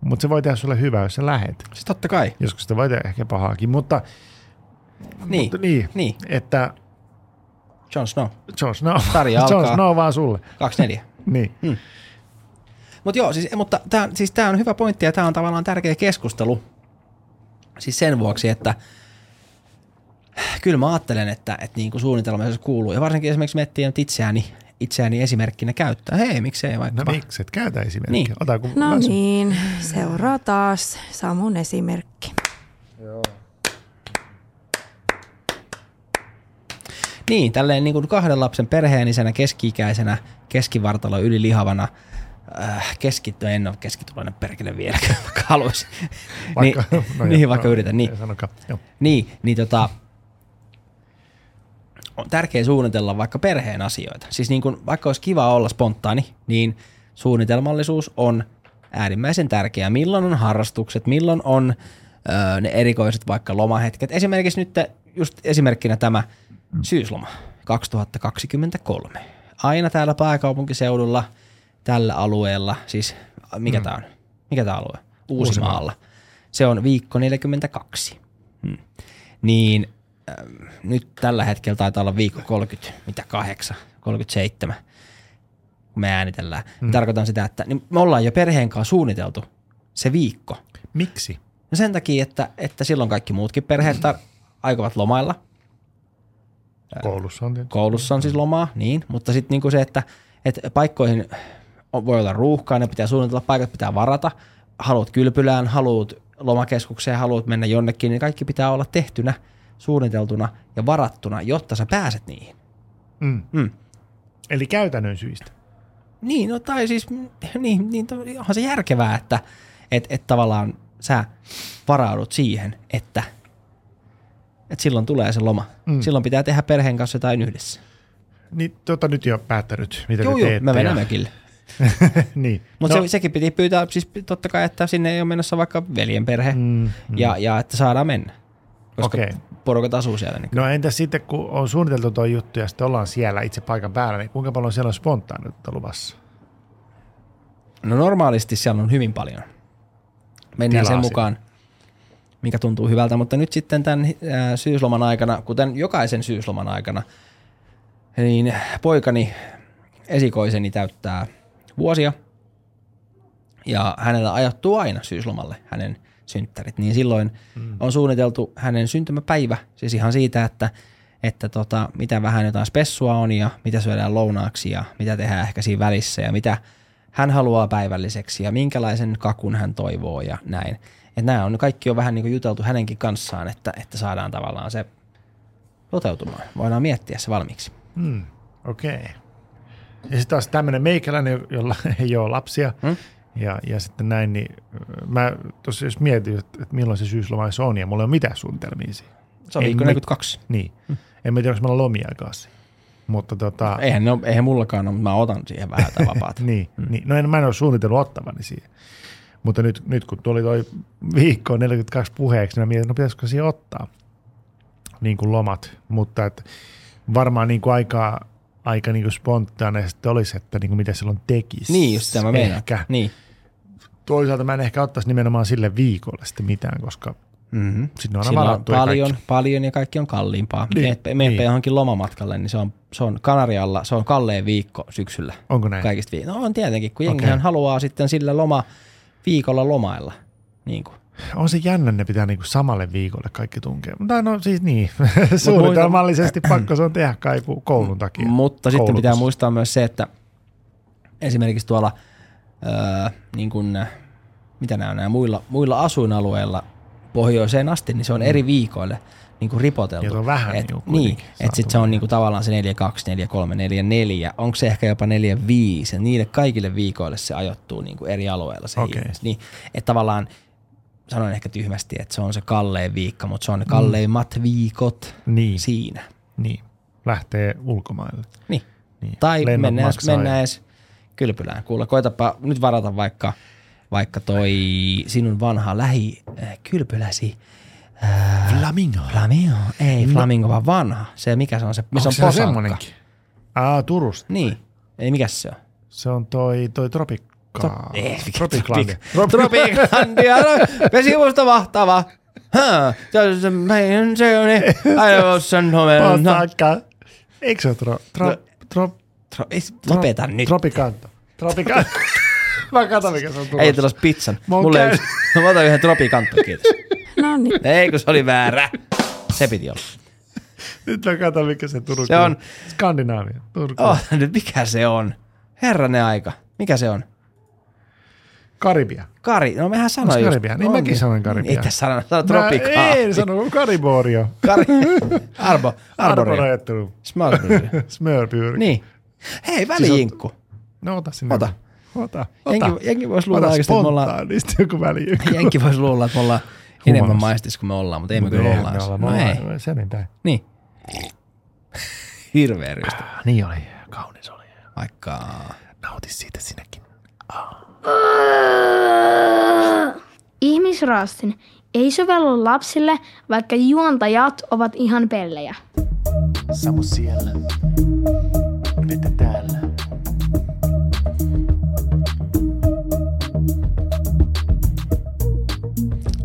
S3: Mutta se voi tehdä sulle hyvää, jos sä lähet.
S2: Siis totta kai.
S3: Joskus sitä voi tehdä ehkä pahaakin, mutta
S2: Niin.
S3: mutta niin,
S2: Niin.
S3: että
S2: Jon Snow.
S3: Jon Snow,
S2: Sarja
S3: (laughs) Jon
S2: alkaa. Hmm.
S3: Snow vaan sulle.
S2: 24.
S3: Niin.
S2: Mut joo, siis, mutta tämä siis tää on hyvä pointti ja tämä on tavallaan tärkeä keskustelu. Siis sen vuoksi, että kyllä mä ajattelen, että, että niin kuin suunnitelma se kuuluu. Ja varsinkin esimerkiksi miettii nyt itseäni, itseäni esimerkkinä käyttää. Hei, miksei
S3: No
S2: vaikka.
S3: miksi, et käytä esimerkkiä.
S2: Niin.
S3: Niin. Ota kun
S1: No
S3: mä sun-
S1: niin, seuraa taas Samun esimerkki.
S2: Niin, tälleen niin kuin kahden lapsen perheenisenä, keski-ikäisenä, keskivartalo yli lihavana, äh, keskitty, en ole keskituloinen perkele vielä, (laughs) vaikka haluaisin.
S3: Vaikka,
S2: niin, (laughs)
S3: joo,
S2: niin, vaikka
S3: (laughs) no,
S2: yritän, niin.
S3: ei sanokaan. Joo.
S2: Niin, niin tota, on tärkeää suunnitella vaikka perheen asioita. Siis niin kun, vaikka olisi kiva olla spontaani, niin suunnitelmallisuus on äärimmäisen tärkeää. Milloin on harrastukset, milloin on öö, ne erikoiset vaikka lomahetket. Esimerkiksi nyt just esimerkkinä tämä syysloma 2023. Aina täällä pääkaupunkiseudulla, tällä alueella, siis mikä mm. tämä on? Mikä tämä alue? Uusimaalla. Se on viikko 42. Mm. Niin ähm, nyt tällä hetkellä taitaa olla viikko 30, mitä 8, 37, kun me äänitellään. Mm. Tarkoitan sitä, että niin me ollaan jo perheen kanssa suunniteltu se viikko.
S3: Miksi?
S2: No sen takia, että, että silloin kaikki muutkin perheet tar- aikovat lomailla.
S3: Koulussa on tietysti.
S2: Koulussa on siis lomaa, niin. Mutta sitten niinku se, että, että paikkoihin on- voi olla ruuhkaa, ne pitää suunnitella, paikat pitää varata. Haluat kylpylään, haluat lomakeskukseen, haluat mennä jonnekin, niin kaikki pitää olla tehtynä, suunniteltuna ja varattuna, jotta sä pääset niihin.
S3: Mm.
S2: Mm.
S3: Eli käytännön syistä.
S2: Niin, no tai siis, mm, niin, niin to- onhan se järkevää, että et, et tavallaan sä varaudut siihen, että et silloin tulee se loma. Mm. Silloin pitää tehdä perheen kanssa jotain yhdessä.
S3: Niin tota nyt jo päättänyt, mitä
S2: Joo,
S3: te
S2: joo,
S3: teette.
S2: me mennään
S3: ja-
S2: mökille.
S3: (laughs) niin.
S2: Mutta no. se, sekin piti pyytää, siis totta kai, että sinne ei ole menossa vaikka veljen perhe mm, mm. Ja, ja että saadaan mennä, koska okay.
S3: Okei.
S2: porukat asuu siellä. Niin
S3: No entä sitten, kun on suunniteltu tuo juttu ja sitten ollaan siellä itse paikan päällä, niin kuinka paljon siellä on spontaaniutta luvassa?
S2: No normaalisti siellä on hyvin paljon. Mennään
S3: Tilaa
S2: sen mukaan, mikä tuntuu hyvältä, mutta nyt sitten tämän ää, syysloman aikana, kuten jokaisen syysloman aikana, niin poikani, esikoiseni täyttää vuosia ja hänellä ajoittuu aina syyslomalle hänen synttärit, niin silloin mm. on suunniteltu hänen syntymäpäivä, siis ihan siitä, että, että tota, mitä vähän jotain spessua on ja mitä syödään lounaaksi ja mitä tehdään ehkä siinä välissä ja mitä hän haluaa päivälliseksi ja minkälaisen kakun hän toivoo ja näin. Et nämä on kaikki on vähän niin kuin juteltu hänenkin kanssaan, että, että saadaan tavallaan se toteutumaan. Voidaan miettiä se valmiiksi.
S3: Hmm. Okei. Okay. Ja sitten taas tämmöinen meikäläinen, jo- jolla (laughs) ei ole lapsia,
S2: Hmm?
S3: ja, ja sitten näin, niin ö, mä tosiaan jos mietin, että että milloin se syysloma edes on, ja mulla ei ole mitään suunnitelmia siihen.
S2: Se on
S3: Ei
S2: viikko
S3: mit-
S2: 42.
S3: Niin. Hmm. En mä tiedä, onko meillä lomia kanssa. Mutta tota,
S2: Eihän, ne ole, eihän mullakaan ole, mutta mä otan siihen vähän tätä
S3: (laughs)
S2: vapaata.
S3: niin, niin, no en, mä en ole suunnitellut ottavani siihen. Mutta nyt, nyt kun tuli toi viikko 42 puheeksi, niin mä mietin, no pitäisikö siihen ottaa niin kuin lomat. Mutta et varmaan niin kuin aika, aika niin kuin spontaanisesti olisi, että niin kuin mitä silloin tekisi.
S2: niin just sitä mä meinaan.
S3: Siis Ehkä.
S2: Niin.
S3: Toisaalta mä en ehkä ottaisi nimenomaan sille viikolle sitten mitään, koska
S2: Mm-hmm.
S3: sinne on aina
S2: Silloin on
S3: varattu. ja kaikki.
S2: paljon, paljon ja kaikki on kalliimpaa.
S3: Niin,
S2: Niin, Menepä niin.
S3: niin.
S2: johonkin lomamatkalle, niin se on, se on Kanarialla, se on kalleen viikko syksyllä.
S3: Onko näin?
S2: Kaikista vi- No on tietenkin, kun jengihän
S3: Okei.
S2: haluaa sitten sillä loma, viikolla lomailla. Niin kuin.
S3: On se jännä, ne pitää niinku samalle viikolle kaikki tunkea. Tai no siis niin, (laughs) suunnitelmallisesti pakko se on tehdä kai ku- koulun takia.
S2: Mutta sitten
S3: Koulutus.
S2: pitää muistaa myös se, että esimerkiksi tuolla öö, niin kuin, äh, mitä nämä on, nämä muilla, muilla asuinalueilla pohjoiseen asti, niin se on eri viikoille niin kuin ripoteltu.
S3: Ja se on Mm. vähän
S2: et,
S3: niinku
S2: niin,
S3: kuitenkin
S2: että sitten se on niin kuin tavallaan se 42, 43, 44, onko se ehkä jopa 45, ja niille kaikille viikoille se ajoittuu niin kuin eri alueilla se
S3: Okei.
S2: hiilennys. niin, että tavallaan sanoin ehkä tyhmästi, että se on se kallein viikko, mutta se on ne kalleimmat viikot
S3: Niin.
S2: siinä.
S3: Niin, lähtee ulkomaille.
S2: Niin.
S3: Niin.
S2: Tai
S3: Lennot
S2: mennään,
S3: maksaa
S2: mennään
S3: ja-
S2: edes kylpylään. Kuule, koitapa nyt varata vaikka, vaikka toi sinun vanha lähi äh, kylpyläsi. Äh,
S3: Flamingo.
S2: flamingo.
S3: No.
S2: Ei flamingo, vaan vanha. Se, mikä se on se, missä
S3: Onko
S2: on
S3: siellä
S2: posakka.
S3: semmonenkin? Aa, Turusta.
S2: Niin. Ei, mikä se on?
S3: Se on toi, toi Tropikka.
S2: Ei, mikä
S3: Tropiklandia.
S2: Tropic- Tropiclandia. no, Vesivuosta mahtava. Hää, Se on se, se on se, aivan sen homeen. (laughs) No,
S3: Posakka. Eikö se ole tro, tro,
S2: No.
S3: tro, tro,
S2: tro- ei, Lopeta nyt.
S3: Tropikanta.
S2: (laughs)
S3: Tropikanta. Mä katson, mikä se on
S2: Ei
S3: Turusta.
S2: tulos pizzan.
S3: Mä oon
S2: Mulle
S3: käy-
S2: yksi. (laughs) Mä otan yhden tropikantto, kiitos.
S1: No niin.
S2: Ei, kun se oli väärä. Se piti olla.
S3: Nyt mä katson, mikä se Turku
S2: Se on-
S3: Skandinaavia. Turku.
S2: Oh, nyt mikä se on? Herranen aika. Mikä se on?
S3: Karibia.
S2: Kari. No mehän sanoin
S3: Onks
S2: just.
S3: Karibia? Niin mäkin sanoin Karibia.
S2: Ei tässä sano, sano
S3: Mä
S2: tropikaa.
S3: en sano, kun Kariborio.
S2: Kari. Arbo. Arboria.
S3: Arboreettu.
S2: Smallbury.
S3: Smörpyyri.
S2: Niin. Hei, välijinkku.
S3: No ota sinne.
S2: Ota.
S3: Ota. Ota.
S2: Jenki, jenki voisi luulla oikeasti, että me ollaan...
S3: spontaanisti joku välijinkku.
S2: Jenki voisi luulla, että me ollaan enemmän maistis kuin me ollaan, mutta ei me
S3: Mut
S2: kyllä
S3: eihän
S2: olla.
S3: me olla.
S2: No ei.
S3: Se niin tää.
S2: Niin. Hirveä rystä.
S3: Niin oli. Kaunis oli.
S2: Vaikka...
S3: Nauti siitä sinäkin.
S5: Ihmisraastin ei sovellu lapsille, vaikka juontajat ovat ihan pellejä.
S6: Samu siellä, Petä täällä.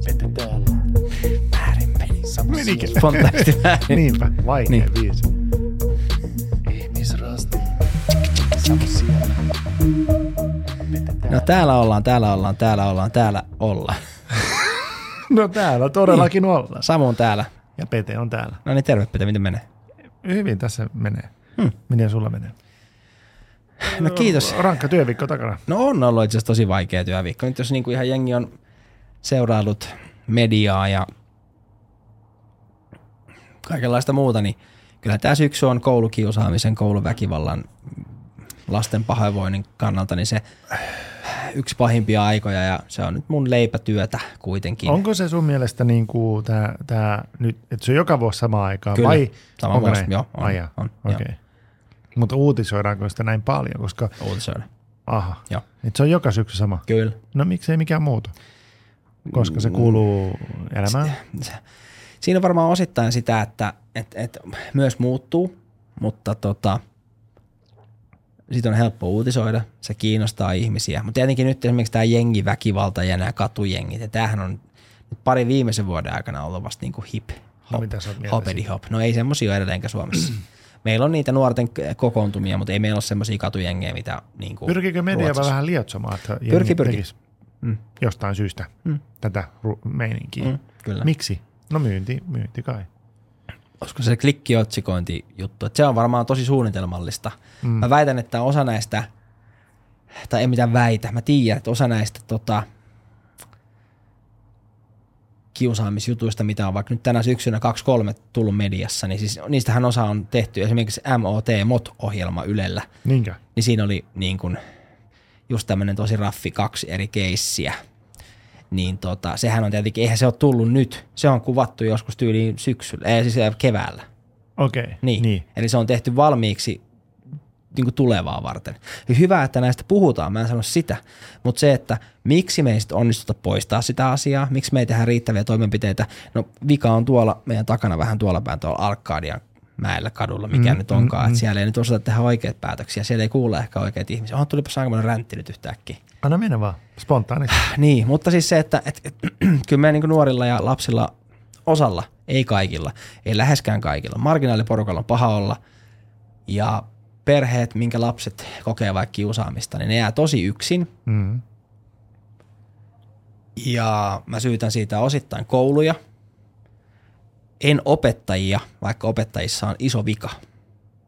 S6: Petä täällä. Väärin meni. Samu
S3: Menikö?
S6: siellä,
S2: Spontaanisti väärin.
S3: (laughs) Niinpä. Vaikea
S2: Niin.
S3: niin. biisi.
S6: ihmisrasti. Samu siellä, Petä
S2: No
S6: täällä.
S2: täällä ollaan, täällä ollaan, täällä ollaan, täällä ollaan.
S3: No täällä todellakin niin. ollaan.
S2: Samu on täällä.
S3: Ja Pete on täällä.
S2: No niin, terve Pete, miten menee?
S3: Hyvin tässä menee. Hmm. Miten sulla menee?
S2: No kiitos.
S3: Rankka työviikko takana.
S2: No on ollut itse asiassa tosi vaikea työviikko. Nyt jos niinku ihan jengi on seuraillut mediaa ja kaikenlaista muuta, niin kyllä tämä syksy on koulukiusaamisen, kouluväkivallan, lasten pahoinvoinnin kannalta, niin se yksi pahimpia aikoja ja se on nyt mun leipätyötä kuitenkin.
S3: Onko se sun mielestä niin kuin tää, tää nyt, että se on joka vuosi samaan aikaan
S2: Kyllä,
S3: vai?
S2: sama
S3: onko
S2: vuosi,
S3: näin?
S2: joo, on,
S3: Ai jaa,
S2: on, joo.
S3: okei. Mutta uutisoidaanko sitä näin paljon, koska
S2: Uutisoida.
S3: aha,
S2: Joo.
S3: nyt se on joka syksy sama.
S2: Kyllä.
S3: No miksei mikään muuta? Koska
S2: Mm.
S3: se kuuluu elämään.
S2: se, siinä on varmaan osittain sitä, että et, et myös muuttuu, mutta tota, siitä on helppo uutisoida, se kiinnostaa ihmisiä. Mutta tietenkin nyt esimerkiksi tämä jengiväkivalta ja nämä katujengit, ja tämähän on nyt pari viimeisen vuoden aikana ollut vasta niinku hip,
S3: No
S2: hop,
S3: mitä sä oot mieltä
S2: hopedi hop. No ei semmoisia ole edelleenkään
S3: (clears throat)
S2: Suomessa. Meillä on niitä nuorten k- kokoontumia, mutta ei meillä ole semmoisia katujengejä, mitä niinku
S3: Pyrkikö media
S2: Ruotsissa.
S3: vähän lietsomaan, että jengi
S2: Pyrki, pyrki.
S3: tekis jostain syystä tätä ru- meininkiä?
S2: Mm, kyllä.
S3: Miksi? No myynti, myynti kai.
S2: olisiko se klikkiotsikointi juttu, että se on varmaan tosi suunnitelmallista. Mm. Mä väitän, että osa näistä, tai en mitään väitä, mä tiedän, että osa näistä tota, kiusaamisjutuista, mitä on vaikka nyt tänä syksynä 2-3 tullut mediassa, niin siis niistähän osa on tehty esimerkiksi MOT, MOT-ohjelma Ylellä,
S3: Niinkö?
S2: niin siinä oli niin kuin just tämmöinen tosi raffi kaksi eri keissiä. Niin tota, sehän on tietenkin, eihän se ole tullut nyt. Se on kuvattu joskus tyyliin syksyllä, ei siis äh, keväällä.
S3: Okei, okay.
S2: Niin.
S3: niin.
S2: niin. Eli se on tehty valmiiksi niin kuin tulevaa varten. Ja hyvä, että näistä puhutaan, mä en sano sitä, mutta se, että miksi me ei sit onnistuta poistaa sitä asiaa, miksi me ei tehdä riittäviä toimenpiteitä, no vika on tuolla meidän takana vähän tuolla päin tuolla Arkadian mäellä kadulla, mikä mm, nyt onkaan, mm, että siellä ei nyt osata tehdä oikeat päätöksiä, siellä ei kuule ehkä oikeat ihmisiä. Onhan tulipa aikamoinen räntti nyt yhtäkkiä.
S3: Anna mennä vaan,
S2: (laughs)
S3: spontaanisti.
S2: Niin, mutta siis se, että et, (clears throat) et, kyllä meidän niin nuorilla ja lapsilla osalla, ei kaikilla, ei läheskään kaikilla. Marginaaliporukalla on paha olla ja perheet, minkä lapset kokee vaikka kiusaamista, niin ne jää tosi yksin
S3: Mm.
S2: ja mä syytän siitä osittain kouluja. En opettajia, vaikka opettajissa on iso vika.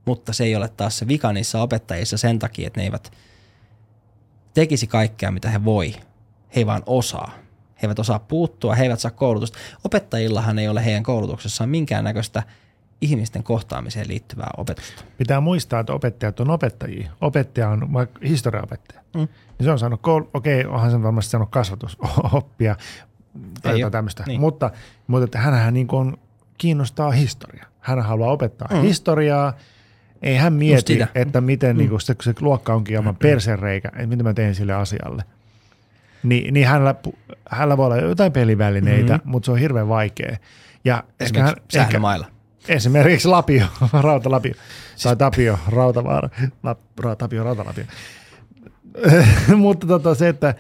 S2: Mutta se ei ole taas se vika niissä opettajissa sen takia, että ne eivät tekisi kaikkea, mitä he voi. He ei vaan osaa. He eivät osaa puuttua, he eivät saa koulutusta. Opettajillahan ei ole heidän koulutuksessaan minkäännäköistä ihmisten kohtaamiseen liittyvää opetusta.
S3: Pitää muistaa, että opettajat on opettajia. Opettaja on vaikka historiaopettaja. Mm. Niin se on saanut, koul- okei, onhan sen varmasti saanut (laughs) kasvatusoppia tai
S2: Ei
S3: jotain
S2: oo.
S3: tämmöistä. Niin.
S2: Niin.
S3: Mutta, mutta että hänhän niin kuin kiinnostaa historia. Hän haluaa opettaa mm. historiaa. Ei hän mieti,
S2: sitä.
S3: että miten mm. niin kuin se, kun se luokka onkin aivan persereikä, että mitä mä teen sille asialle. Niin, niin hänellä, pu- hänellä voi olla jotain pelivälineitä, mm-hmm. mutta se on hirveän vaikea. Ja ehkä hän,
S2: Esimerkiksi sähkömailla.
S3: Esimerkiksi Lapio, (laughs) Rautalapio. Tai Tapio, Rautavaara. Lap, ra, Tapio, Rautalapio. (laughs) Mutta tota se, että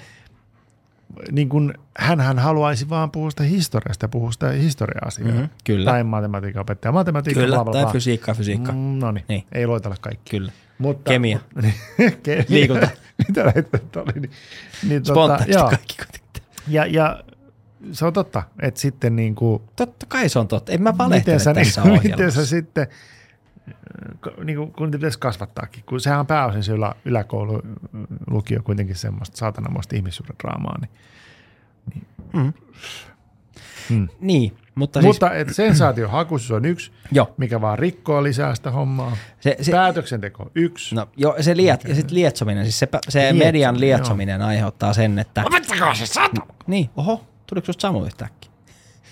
S3: niin kun, hänhän haluaisi vaan puhua sitä historiasta ja puhua sitä historia-asiaa.
S2: Mhm, kyllä.
S3: Tai matematiikan opettaja. Matematiikka,
S2: Kyllä,
S3: bla, bla, bla.
S2: tai fysiikka, fysiikka. Mm.
S3: Mm, no niin,
S2: Niin.
S3: ei luetella kaikki.
S2: Kyllä.
S3: Mutta,
S2: Kemia.
S3: (laughs) Kemia.
S2: Liikunta.
S3: (laughs) Mitä näitä nyt oli? Niin, niin,
S2: Spontaanisti
S3: joo.
S2: kaikki kuitenkin.
S3: ja, ja se on totta, että sitten niin kuin,
S2: Totta kai se on totta. En mä valehtele
S3: miten sä, (laughs)
S2: tässä
S3: niin,
S2: ohjelmassa.
S3: miten sä sitten, k- niin kuin, kun niitä pitäisi kasvattaakin, kun sehän on pääosin se ylä, yläkoulu, mm, lukio kuitenkin semmoista saatanamoista ihmissuhdedraamaa. Niin.
S2: Niin, mutta, mutta
S3: Mutta et sensaatiohakuisuus on yksi,
S2: siis, joo,
S3: mikä vaan rikkoo lisää sitä hommaa.
S2: se, se,
S3: Päätöksenteko on yksi.
S2: no, joo, se liet, ja sit lietsominen, siis se, pä- se
S3: Lietso-
S2: median lietsominen joo. aiheuttaa sen, että...
S4: Lopettakaa se satana!
S2: Niin, oho, tuliko susta Samu yhtäkkiä?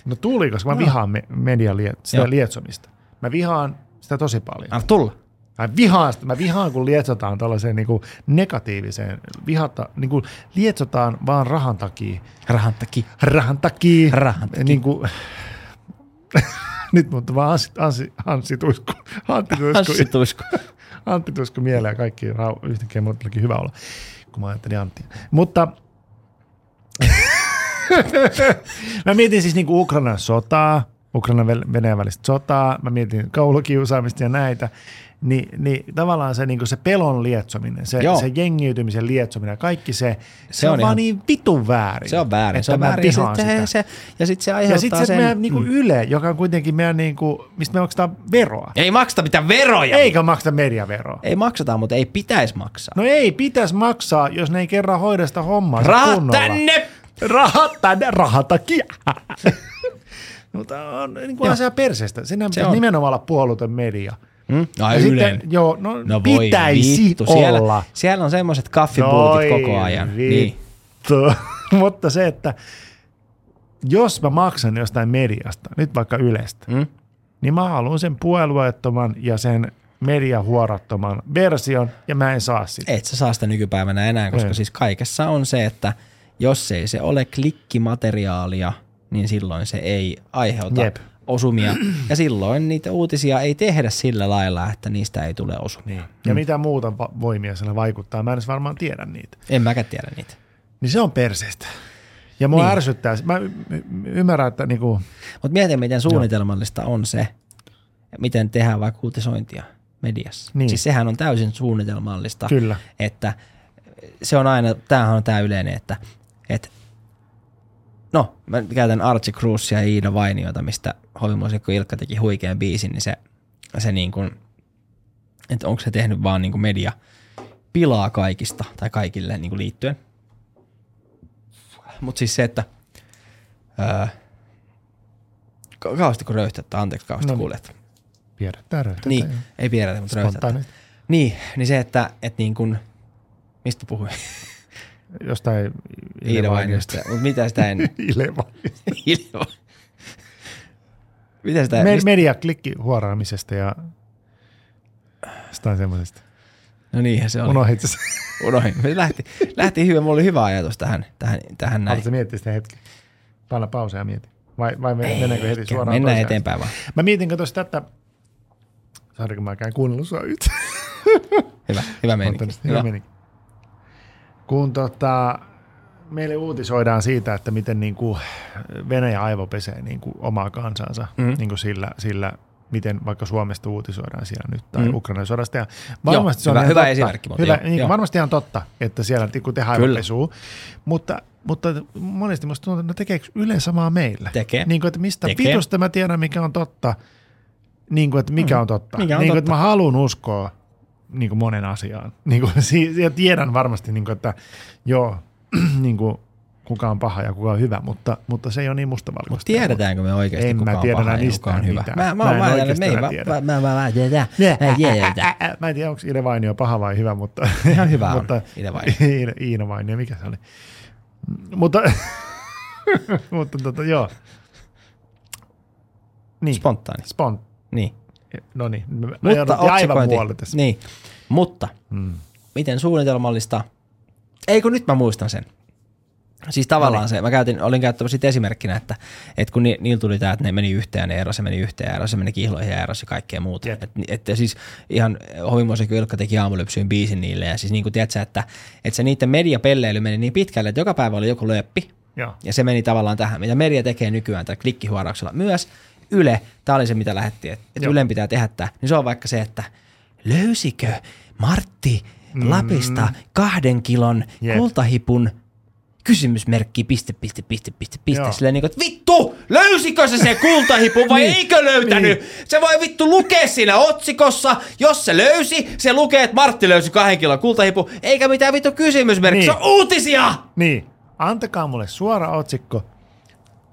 S3: No tuli, koska mä vihaan me, media liet, sitä
S2: Joo.
S3: lietsomista. Mä vihaan sitä tosi paljon.
S2: Anna tulla.
S3: Mä vihaan sitä. Mä vihaan, kun lietsotaan tällaiseen niin kuin negatiiviseen. Vihata, niin kuin lietsotaan vaan rahan takia.
S2: Rahan takia.
S3: rahan takia.
S2: Rahan takia.
S3: Niin kuin, nyt mutta vaan Ansi, Ansi, Ansi Tuisku. Antti
S2: Hassi
S3: Tuisku,
S2: tuisku.
S3: Antti Tuisku mieleen ja kaikki rau, yhtäkkiä mulla tulikin hyvä olla, kun mä ajattelin Anttia. Mutta (laughs) mä mietin siis niinku Ukrainan sotaa, Ukrainan Vel- Venäjän välistä sotaa, mä mietin koulukiusaamista ja näitä. Ni, niin tavallaan se, niinku se pelon lietsominen, se,
S2: Joo.
S3: se jengiytymisen lietsominen ja kaikki se, se, se
S2: Se
S3: on,
S2: on
S3: vaan
S2: ihan-
S3: niin vitun väärin.
S2: Se on väärin.
S3: että
S2: Se on
S3: mä
S2: väärin. Ja
S3: vihaan
S2: sitten
S3: sitä.
S2: se, se, ja sit se
S3: Ja
S2: aiheuttaa
S3: sitten se
S2: sen... Mm.
S3: meidän niinku Yle, joka on kuitenkin meidän, niinku, mistä me maksetaan veroa.
S2: Ei makseta mitään veroja.
S3: Eikä makseta mediaveroa.
S2: Ei makseta, mutta ei pitäisi maksaa.
S3: No ei, pitäisi maksaa, jos ne ei kerran hoida sitä hommaa
S2: Rahat
S3: kunnolla.
S2: tänne!
S3: Rahat tänne! Rahat takia! (laughs) Mutta on niin kuin asia perseestä. Sinä pitäisi
S2: on.
S3: nimenomaan olla puolueeton media.
S2: Hmm? Ai
S3: Mm? Ja
S2: ylen.
S3: sitten, joo, no,
S2: No voi
S3: pitäisi
S2: vittu,
S3: olla.
S2: siellä, siellä on semmoiset kaffipulkit koko ajan. Niin.
S3: Vittu. (laughs) Mutta se, että jos mä maksan jostain mediasta, nyt vaikka Ylestä,
S2: Mm?
S3: niin mä haluan sen puolueettoman ja sen mediahuorattoman version, ja mä en saa sitä.
S2: et sä saa sitä nykypäivänä enää, koska
S3: Ei.
S2: siis kaikessa on se, että jos ei se ole klikkimateriaalia, niin silloin se ei aiheuta
S3: Jep.
S2: Jep. osumia. Ja silloin niitä uutisia ei tehdä sillä lailla, että niistä ei tule osumia. Niin.
S3: Ja mitä muuta va- voimia sillä vaikuttaa, mä en edes varmaan tiedä niitä.
S2: En mäkään tiedä niitä.
S3: Niin se on perseestä. Ja mua niin.
S2: Niin.
S3: ärsyttää, se. mä y- y- ymmärrän, että niinku,
S2: Mutta mieti, miten suunnitelmallista on se, miten tehdään vaikka uutisointia mediassa.
S3: Niin.
S2: Niin. Siis sehän on täysin suunnitelmallista.
S3: Kyllä.
S2: Että se on aina, tämähän on tämä yleinen, että, että no, mä käytän Archie Cruisia ja Iida Vainiota, mistä hovimuusikko Ilkka teki huikean biisin, niin se, se niin kuin, että onko se tehnyt vaan niin kuin media pilaa kaikista tai kaikille niin kuin liittyen. Mutta siis se, että öö, ka- kauheasti kun röyhtäyttää, anteeksi kauheasti
S3: No
S2: no,
S3: niin.
S2: kuulet.
S3: viedätään röyhtätä.
S2: Niin, ei pierätä, mutta röyhtäyttää.
S3: Spontaanista.
S2: Niin, niin se, että, että niin kuin, mistä puhuin?
S3: Jostain (laughs)
S2: Iida Vainiosta. Mutta mitä sitä en...
S3: Ileva.
S2: Ilva. Miten sitä,
S3: Me,
S2: mist-
S3: media klikki huoraamisesta ja jostain semmoisesta.
S2: no niinhän se oli.
S3: Unohdit sä?
S2: Unohin. Me lähti, lähti hyvä, mulla oli hyvä ajatus tähän, tähän, tähän näin.
S3: Haluatko miettiä sitä hetki? Panna pausea ja mieti. Vai, vai men-
S2: Ei,
S3: mennäänkö heti
S2: ehkä.
S3: suoraan
S2: Mennään
S3: toiseen
S2: eteenpäin vaan.
S3: asiaan? Mä mietin kato sitä, että... Sori, kun mä käyn kuunnellut sua yhtään.
S2: Hyvä, hyvä meininki.
S3: Antanut sitä meni. Kun tota, meille uutisoidaan siitä, että miten niin kuin Venäjä aivopesee niin kuin omaa kansansa
S2: Mm.
S3: mm. niin kuin sillä, sillä, miten vaikka Suomesta uutisoidaan siellä nyt tai
S2: Mm.
S3: mm. Ukrainan sodasta. Ja varmasti
S2: Joo,
S3: se on
S2: hyvä-
S3: ihan
S2: hyvä
S3: totta.
S2: esimerkki muuten,
S3: Hyvä,
S2: joo,
S3: niin
S2: joo.
S3: kuin, varmasti ihan totta, että siellä niin kuin tehdään
S2: Kyllä.
S3: aivopesua. Mutta, mutta monesti musta tuntuu, että no tekeekö Yle samaa meillä?
S2: Tekee.
S3: Niin kuin, että mistä
S2: Tekee.
S3: Tekee. vitusta mä tiedän, mikä on totta. Niin kuin, että mikä mm. on totta.
S2: Mikä on
S3: niin kuin,
S2: totta.
S3: että mä haluan uskoa niin kuin monen asiaan. (laughs) Niin kuin, si- ja tiedän varmasti, niin kuin, että joo, (clears throat) niin kuin, kuka on paha ja kuka on hyvä, mutta, mutta se ei ole niin mustavalkoista.
S2: Mutta tiedetäänkö me oikeasti,
S3: En
S2: kuka
S3: mä
S2: on
S3: tiedä
S2: paha
S3: enää
S2: ja kuka on
S3: mistään
S2: hyvä?
S3: mitään.
S2: Mä, mä,
S3: Mä
S2: oon
S3: en
S2: vaan täällä,
S3: oikeasti
S2: me ei
S3: enää
S2: mä,
S3: tiedä.
S2: mä, mä, mä, mä, tiedetä. mä, tiedetä.
S3: Ä, ä, Mä en tiedä, onko Ide Vainio paha vai hyvä, mutta... (laughs)
S2: Ihan hyvä on,
S3: mutta,
S2: Ide Vainio.
S3: (laughs) Iina, Iina Vainio, mikä se oli? Mm, Mutta, (laughs) mutta tota, joo. Niin.
S2: Spontaani.
S3: Spont.
S2: Niin.
S3: No niin, me- me
S2: Mutta
S3: jouduttiin aivan
S2: otsikointi.
S3: muualle tässä.
S2: Niin. Mutta
S3: Mm.
S2: miten suunnitelmallista? Eikö nyt mä muistan sen? Siis
S3: No
S2: tavallaan
S3: niin.
S2: se, mä käytin, olin käyttämässä siitä esimerkkinä, että, että kun ni, niillä tuli tämä, että ne meni yhteen, ne erosi, meni yhteen, erosi, meni kihloihin ja erosi ja kaikkea muuta.
S3: Jep.
S2: Et, että siis ihan hovimuosi Ylkkä teki aamulypsyyn biisin niille ja siis niin kuin tiedät sä, että, että se niiden mediapelleily meni niin pitkälle, että joka päivä oli joku lööppi,
S3: Joo.
S2: ja se meni tavallaan tähän, mitä media tekee nykyään tällä klikkihuorauksella. Myös Yle, tämä oli se, mitä lähettiin, että et
S3: Joo.
S2: Ylen pitää tehdä tämä. Niin se on vaikka se, että löysikö Martti Lapista kahden kilon
S3: Mm. Jep.
S2: kultahipun kysymysmerkki, piste, piste, piste, piste, piste.
S3: Joo.
S2: Silleen niin kuin, että vittu, löysikö se se kultahipu vai
S3: (laughs) Niin.
S2: eikö löytänyt?
S3: Niin.
S2: Se voi vittu lukea siinä otsikossa. Jos se löysi, se lukee, että Martti löysi kahden kilon kultahipu. Eikä mitään vittu kysymysmerkki,
S3: Niin.
S2: se on uutisia!
S3: Niin, antakaa mulle suora otsikko,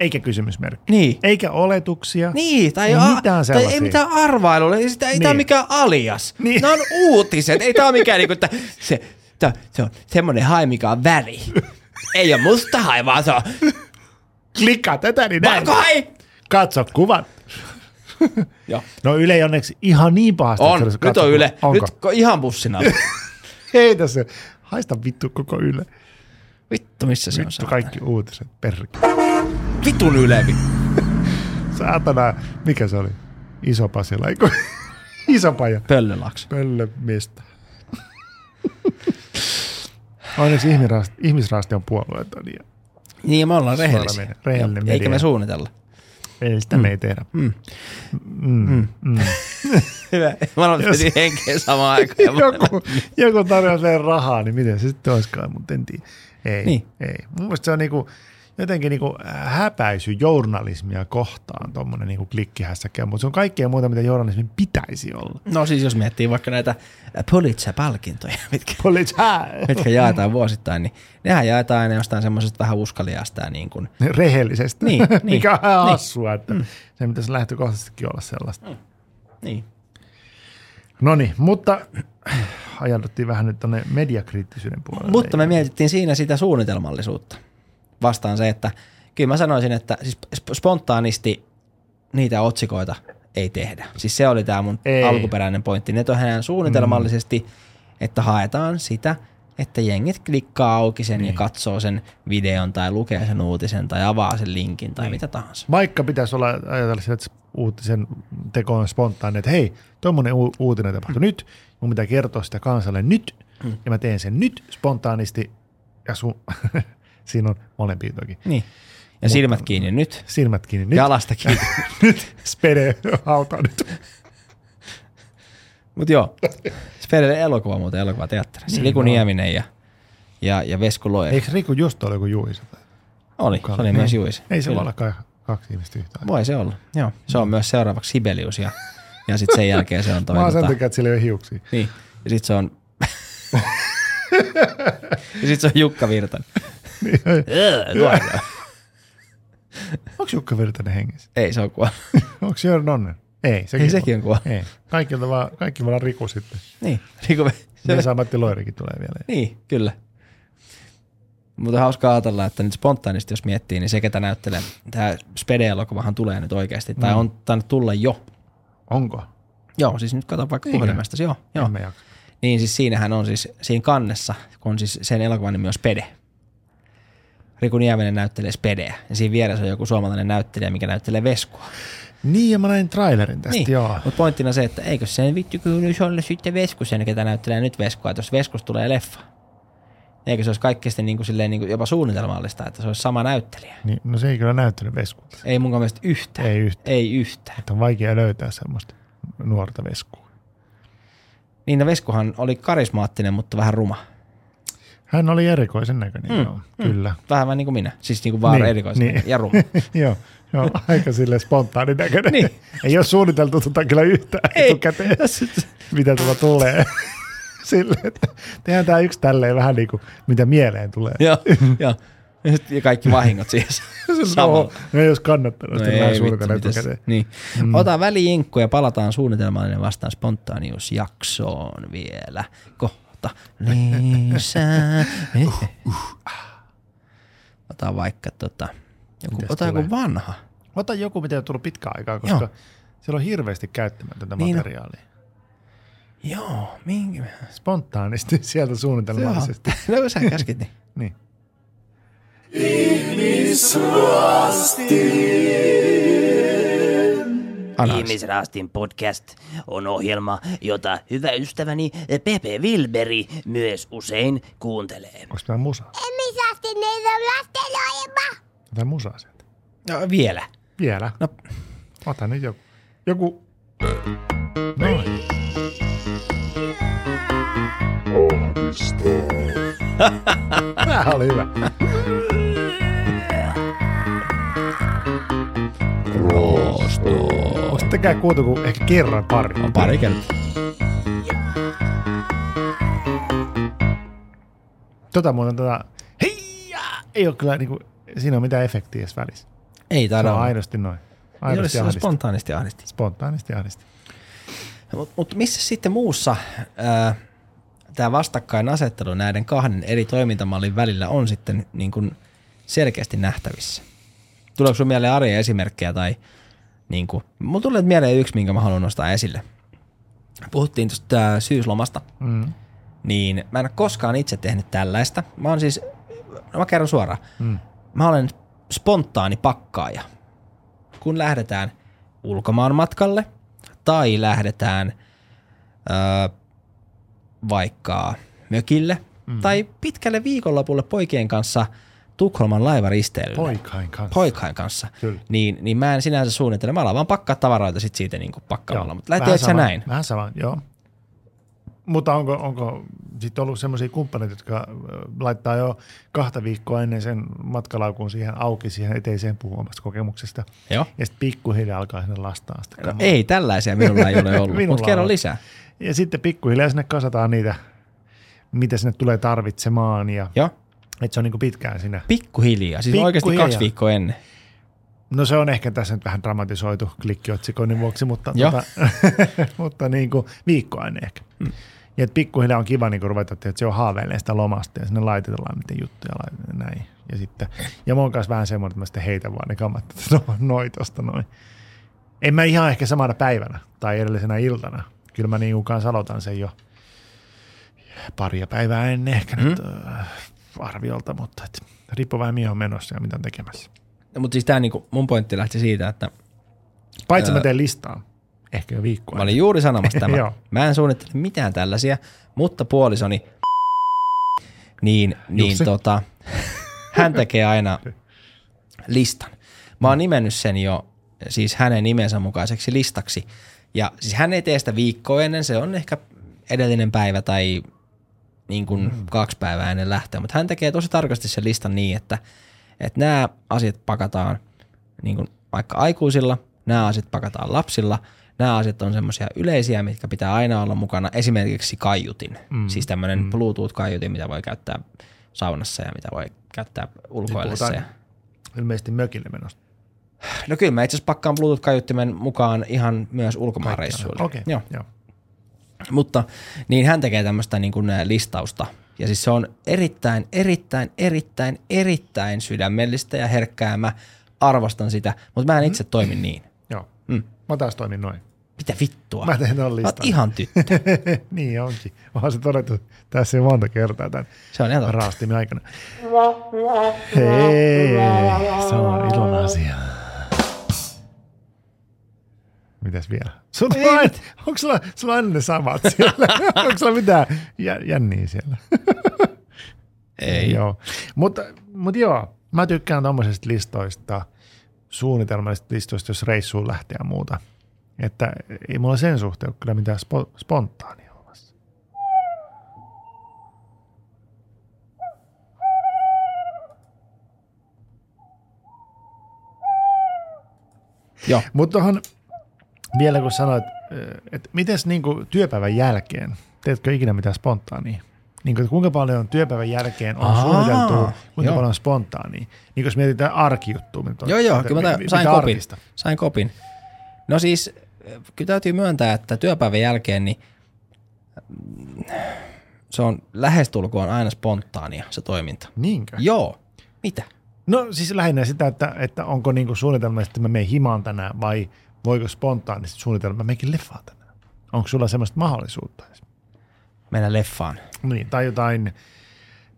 S3: eikä kysymysmerkki.
S2: Niin.
S3: Eikä oletuksia.
S2: Niin, tai,
S3: ei
S2: a-
S3: mitään
S2: tai
S3: sellaisia.
S2: ei mitään arvailua, ei, sitä, ei niin.
S3: Niin.
S2: tämä ole mikään alias. Niin.
S3: Niin.
S2: Nämä on uutiset, ei tämä ole mikään niinku, että se, tää, se on semmoinen hai, mikä on väri. Ei ole musta hai, vaan se on
S3: Klikkaa tätä, niin näet.
S2: valkohai.
S3: Katso kuvat.
S2: Joo,
S3: No Yle ei onneksi ihan niin pahasti.
S2: on,
S3: että se olisi
S2: nyt on
S3: katsonut.
S2: Yle,
S3: Onko?
S2: nyt ko- ihan bussina.
S3: (laughs) Ei tässä, haista vittu koko Yle.
S2: Vittu, missä se on
S3: Vittu
S2: saatana.
S3: kaikki uutiset, perkki.
S2: Vitun Yle. vi-
S3: Saatana, mikä se oli? Iso Pasila, eikö? (laughs) Iso Paja.
S2: Pöllölaks.
S3: Pöllö mistä? (laughs) Onneksi ihmisraasti, ihmisraasti on puolueeton ja
S2: Niin, ja me ollaan
S3: Suora
S2: rehellisiä.
S3: media- rehellinen
S2: Joo, Eikä
S3: media.
S2: me suunnitella. (laughs)
S3: ei sitä mm. me ei tehdä. Mm.
S2: Hyvä. Mä olen henkeä samaan aikaan. ja mä-
S3: (laughs) joku, joku tarjoaa meille rahaa, niin miten se sitten olisikaan, mutta en tiedä.
S2: Niin.
S3: Ei, niin. ei. Mun mielestä se on niinku, jotenkin niinku häpäisy journalismia kohtaan, tuommoinen niinku klikkihässäkkä, mutta se on kaikkea muuta, mitä journalismin pitäisi olla.
S2: No siis jos miettii vaikka näitä äh, Pulitzer-palkintoja, (laughs) mitkä
S3: Politsa!
S2: mitkä jaetaan vuosittain, niin nehän jaetaan aina jostain semmoisesta vähän uskaliasta ja niin kuin,
S3: Rehellisesti,
S2: Niin, niin,
S3: (laughs) mikä on
S2: niin.
S3: niin. assua, että mm. sen pitäisi lähtökohtaisestikin olla sellaista. Mm.
S2: niin.
S3: No niin, mutta äh, ajauduttiin vähän nyt tuonne mediakriittisyyden puolelle.
S2: Mutta me mietittiin siinä sitä suunnitelmallisuutta vastaan se, että kyllä mä sanoisin, että siis sp- spontaanisti niitä otsikoita ei tehdä. Siis se oli tämä mun ei.
S3: Ei.
S2: alkuperäinen pointti. Ne tehdään suunnitelmallisesti, mm. että haetaan sitä, että jengit klikkaa auki sen niin. ja katsoo sen videon tai lukee sen uutisen tai avaa sen linkin tai niin. mitä tahansa.
S3: Vaikka pitäisi olla ajatella sillä, että uutisen teko on spontaani, että hei, tuommoinen u- uutinen tapahtui mm. nyt, mun pitää kertoa sitä kansalle nyt, mm. ja mä teen sen nyt spontaanisti, ja sun, (laughs) siinä on molempia toki.
S2: Niin. Ja Mutta, silmät kiinni nyt,
S3: Silmät kiinni
S2: nyt.
S3: (laughs) nyt,
S2: jalasta kiinni.
S3: spede hautaa nyt.
S2: Mutta joo, Spedelle elokuva muuten,
S3: Niin
S2: elokuvateatterissa. Liku Nieminen ja, ja, ja Vesku Loja.
S3: Eikö Riku just ole joku juisa? tai-
S2: Oli, se oli
S3: Niin.
S2: myös Juise.
S3: Ei se
S2: Kyllä.
S3: voi olla kai kaksi ihmistä yhtä aikaa.
S2: Voi se olla, joo. Se on myös seuraavaksi Sibelius ja, ja sitten sen jälkeen se on toi.
S3: Mä oon sen
S2: tota-
S3: takia, että sillä ei ole hiuksia.
S2: Niin, ja sitten se on... (laughs) ja sitten se on Jukka Virtan.
S3: Niin. Onko Jukka Virtanen hengissä?
S2: Ei, se on kuollut.
S3: Onko Jörn Nonnen? Ei, sekin,
S2: Ei, sekin on kuollut.
S3: Ei. Kaikilta vaan, kaikki vaan Riku sitten.
S2: Niin, niin, kuin,
S3: Se
S2: se,
S3: saa Matti Loirikin tulee vielä.
S2: niin, kyllä. Niin, Mutta hauskaa ajatella, että nyt spontaanisti jos miettii, niin se ketä näyttelee, tämä Spede-elokuvahan tulee nyt oikeasti, tai
S3: Mm.
S2: on tainnut tulla jo.
S3: Onko?
S2: Joo, siis nyt katso vaikka
S3: Niinkö?
S2: puhelimesta, joo. joo.
S3: En mä jaksa.
S2: Niin siis siinähän on siis, siinä kannessa, kun on siis sen elokuvan nimi on Spede. Riku Nieminen näyttelee Spedeä, ja siinä vieressä on joku suomalainen näyttelijä, mikä näyttelee Veskoa.
S3: Niin, ja mä näin trailerin tästä, niin. joo.
S2: Mutta pointtina se, että eikö se vittu kynnys olla sitten Veskusen, ketä näyttelee nyt Veskoa, että jos Veskus tulee leffa. Eikö se olisi kaikki sitten niin kuin, silleen, niin kuin jopa suunnitelmallista, että se olisi sama näyttelijä?
S3: Niin, no se ei kyllä näyttänyt veskulta.
S2: Ei mun mielestä yhtään.
S3: Ei yhtään.
S2: Ei yhtään.
S3: Että on vaikea löytää semmoista nuorta veskua.
S2: Niina Niin, no Veskuhan oli karismaattinen, mutta vähän ruma.
S3: Hän oli erikoisen näköinen, mm. joo, kyllä.
S2: Vähän vähän niin kuin minä. Siis niin kuin vaan niin,
S3: Niin,
S2: erikoisen
S3: niin.
S2: niin.
S3: (laughs)
S2: ja ruma.
S3: joo, joo, aika sille spontaanin näköinen.
S2: Niin.
S3: Ei ole suunniteltu tota kyllä yhtään
S2: Ei.
S3: etukäteen,
S2: (laughs)
S3: mitä tulla tulee. (laughs) Sille, että tehdään tämä yksi tälleen vähän niin kuin, mitä mieleen tulee.
S2: Joo, joo. Ja sit- Ja kaikki
S3: (laughs)
S2: vahingot siis.
S3: no,
S2: Samalla.
S3: no, ei olisi kannattanut, että vähän
S2: vittu,
S3: suunnitella
S2: mitäs.
S3: etukäteen.
S2: niin. mm. Ota väliinkku ja palataan suunnitelmallinen vastaan spontaaniusjaksoon vielä kohta lisää.
S3: (laughs) Uh,
S2: Ota vaikka tota, joku,
S3: ah. Mitäs
S2: ota joku
S3: tulee?
S2: vanha.
S3: Ota joku, mitä ei ole tullut pitkään aikaa, koska
S2: Joo.
S3: Joo. siellä on hirveästi käyttämätöntä
S2: Niin on.
S3: materiaalia.
S2: Joo, minkä?
S3: Spontaanisti (laughs) sieltä
S2: Joo.
S3: suunnitelmallisesti.
S2: (laughs) No kun sä käskit niin.
S3: Niin.
S2: Anas.
S4: Ihmisraastin podcast on ohjelma, jota hyvä ystäväni Pepe Wilberi myös usein kuuntelee.
S3: Onko tämä musa?
S7: Misasti niitä on lastenohjelma.
S3: Tämä musa sieltä.
S2: No, vielä.
S3: Vielä.
S2: No.
S3: Ota nyt joku. Joku. Noin. Tämä oli hyvä. Onko tekään kuultu kuin ehkä kerran pari?
S2: On pari kertaa.
S3: Tota muuten tota... Heija! Ei ole kyllä niinku... Siinä on mitään efektiä edes välissä.
S2: Ei
S3: Se
S2: taida
S3: on
S2: olla.
S3: aidosti noin.
S2: Ei ole
S3: Aidosti
S2: sillä
S3: ahdisti.
S2: spontaanisti ahdisti.
S3: Spontaanisti ahdisti.
S2: Mutta mut missä sitten muussa tämä vastakkainasettelu näiden kahden eri toimintamallin välillä on sitten niin kun selkeästi nähtävissä? Tuleeko sinulle mieleen arjen esimerkkejä tai niin kuin, mulla tulee mieleen yksi, minkä mä haluan nostaa esille. Puhuttiin tuosta syyslomasta,
S3: Mm.
S2: niin mä en ole koskaan itse tehnyt tällaista. Mä oon siis, no mä kerron suoraan, mm. mä olen spontaani pakkaaja. Kun lähdetään ulkomaan matkalle tai lähdetään öö, vaikka mökille mm. tai pitkälle viikonlopulle poikien kanssa Tukholman laivaristeilylle.
S3: Poikain kanssa.
S2: Poikain kanssa.
S3: Kyllä.
S2: Niin, niin mä en sinänsä suunnittele. Mä alan vaan pakkaa tavaroita sit siitä niin pakkaamalla.
S3: Joo.
S2: Mutta lähtee
S3: Vähän
S2: sä
S3: sama-
S2: näin?
S3: Vähän sama, joo. Mutta onko, onko sitten ollut sellaisia kumppaneita, jotka ö, laittaa jo kahta viikkoa ennen sen matkalaukun siihen auki, siihen eteiseen puhuu omasta kokemuksesta.
S2: Joo.
S3: Ja sitten pikkuhiljaa alkaa sinne lastaan sitä
S2: No,
S3: kamaa.
S2: ei tällaisia minulla ei ole ollut,
S3: (laughs) Minulla
S2: mutta kerro
S3: on.
S2: lisää.
S3: Ja sitten pikkuhiljaa sinne kasataan niitä, mitä sinne tulee tarvitsemaan. Ja,
S2: Joo.
S3: et se on niinku pitkään siinä.
S2: Pikkuhiljaa, siis
S3: Pikkuhiljaa.
S2: oikeasti kaksi viikkoa ennen.
S3: No se on ehkä tässä nyt vähän dramatisoitu klikkiotsikoinnin vuoksi, mutta,
S2: Joo.
S3: tota, (laughs) mutta niin kuin viikkoa ennen ehkä. Mm. Ja et pikkuhiljaa on kiva niin ruveta, että se on haaveilemaan sitä lomasta ja sinne laitetellaan niitä juttuja laitetaan näin. Ja, sitten, ja mä oon kanssa vähän semmoinen, että mä sitten heitän vaan ne kamat että no, noin tosta noin. En mä ihan ehkä samana päivänä tai edellisenä iltana. Kyllä mä niin kuin kanssa aloitan sen jo paria päivää ennen ehkä mm. nyt äh, arviolta, mutta et, riippuu vähän mihin on menossa ja mitä on tekemässä.
S2: No, mutta siis tämä niinku, mun pointti lähti siitä, että
S3: Paitsi mä teen listaa. Ehkä jo viikkoa.
S2: mä olin juuri
S3: (laughs)
S2: sanomassa tämä.
S3: Joo.
S2: mä en suunnittele mitään tällaisia, mutta puolisoni, (laughs) niin, niin
S3: Jussi.
S2: tota, hän tekee aina listan. Mä oon nimennyt sen jo siis hänen nimensä mukaiseksi listaksi. Ja siis hän ei tee sitä viikkoa ennen, se on ehkä edellinen päivä tai niin kuin mm. kaksi päivää ennen lähtöä, mutta hän tekee tosi tarkasti sen listan niin, että, että nämä asiat pakataan niin kuin vaikka aikuisilla, nämä asiat pakataan lapsilla, nämä asiat on semmoisia yleisiä, mitkä pitää aina olla mukana, esimerkiksi kaiutin, mm. siis tämmöinen mm. Bluetooth-kaiutin, mitä voi käyttää saunassa ja mitä voi käyttää ulkoillessa.
S3: puhutaan
S2: Ja...
S3: Ilmeisesti mökille menossa.
S2: No kyllä mä itse asiassa pakkaan Bluetooth-kaiuttimen mukaan ihan myös ulkomaanreissuille.
S3: Okei, okay.
S2: Joo.
S3: joo.
S2: Mutta niin hän tekee tämmöistä niin kuin listausta Ja siis se on erittäin, erittäin, erittäin, erittäin sydämellistä ja herkkää. Mä arvostan sitä, mutta
S3: Mm.
S2: mä en itse toimi niin.
S3: Joo.
S2: Mm.
S3: Mä taas toimin noin.
S2: Mitä vittua?
S3: Mä teen ton
S2: Mä oot
S3: (laughs) listan.
S2: ihan tyttö.
S3: niin onkin. Onhan se todettu tässä jo monta kertaa tämän
S2: Se on ihan totta.
S3: raastimin aikana. Hei, se on ilon asia. Mitäs vielä? Sun on aina, onko sulla, sulla on aina ne samat siellä? onko sulla mitään jä- jänniä siellä?
S2: Ei.
S3: joo. Mutta mut joo, mä tykkään tommosista listoista, suunnitelmallisista listoista, jos reissuun lähtee ja muuta. Että ei mulla sen suhteen ole kyllä mitään spo- spontaania olemassa.
S2: Joo.
S3: Mutta onhan vielä kun sanoit, että miten niinku työpäivän jälkeen, teetkö ikinä mitään spontaania? Niin kuin, kuinka paljon työpäivän jälkeen on
S2: Aa,
S3: suunniteltu, kuinka
S2: joo.
S3: paljon on spontaania? Niin jos mietitään arkijuttua. mitä-
S2: Joo, joo,
S3: mitä-
S2: kyllä mä
S3: mi-
S2: tämän, sain
S3: mitä
S2: kopin.
S3: arkista?
S2: Sain kopin. No siis, äh, kyllä täytyy myöntää, että työpäivän jälkeen niin mm, se on lähestulkoon aina spontaania se toiminta.
S3: Niinkö?
S2: Joo. Mitä?
S3: No siis lähinnä sitä, että, että onko niinku suunnitelma, että mä menen himaan tänään vai voiko spontaanisti suunnitelma, että mä menenkin leffaan tänään. Onko sulla semmoista mahdollisuutta?
S2: Mennä leffaan.
S3: Niin, tai jotain,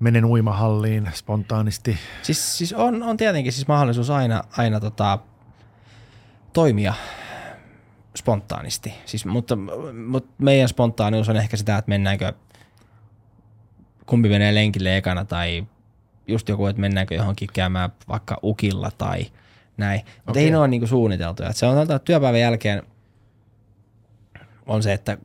S3: menen uimahalliin spontaanisti.
S2: Siis, siis on, on tietenkin siis mahdollisuus aina, aina tota, toimia spontaanisti. Siis, mutta, mutta meidän spontaanius on ehkä sitä, että mennäänkö, kumpi menee lenkille ekana tai just joku, että mennäänkö johonkin käymään vaikka ukilla tai näin. Mutta okay. ei ne ole niinku suunniteltuja. Et se on sanotaan, että työpäivän jälkeen on se, että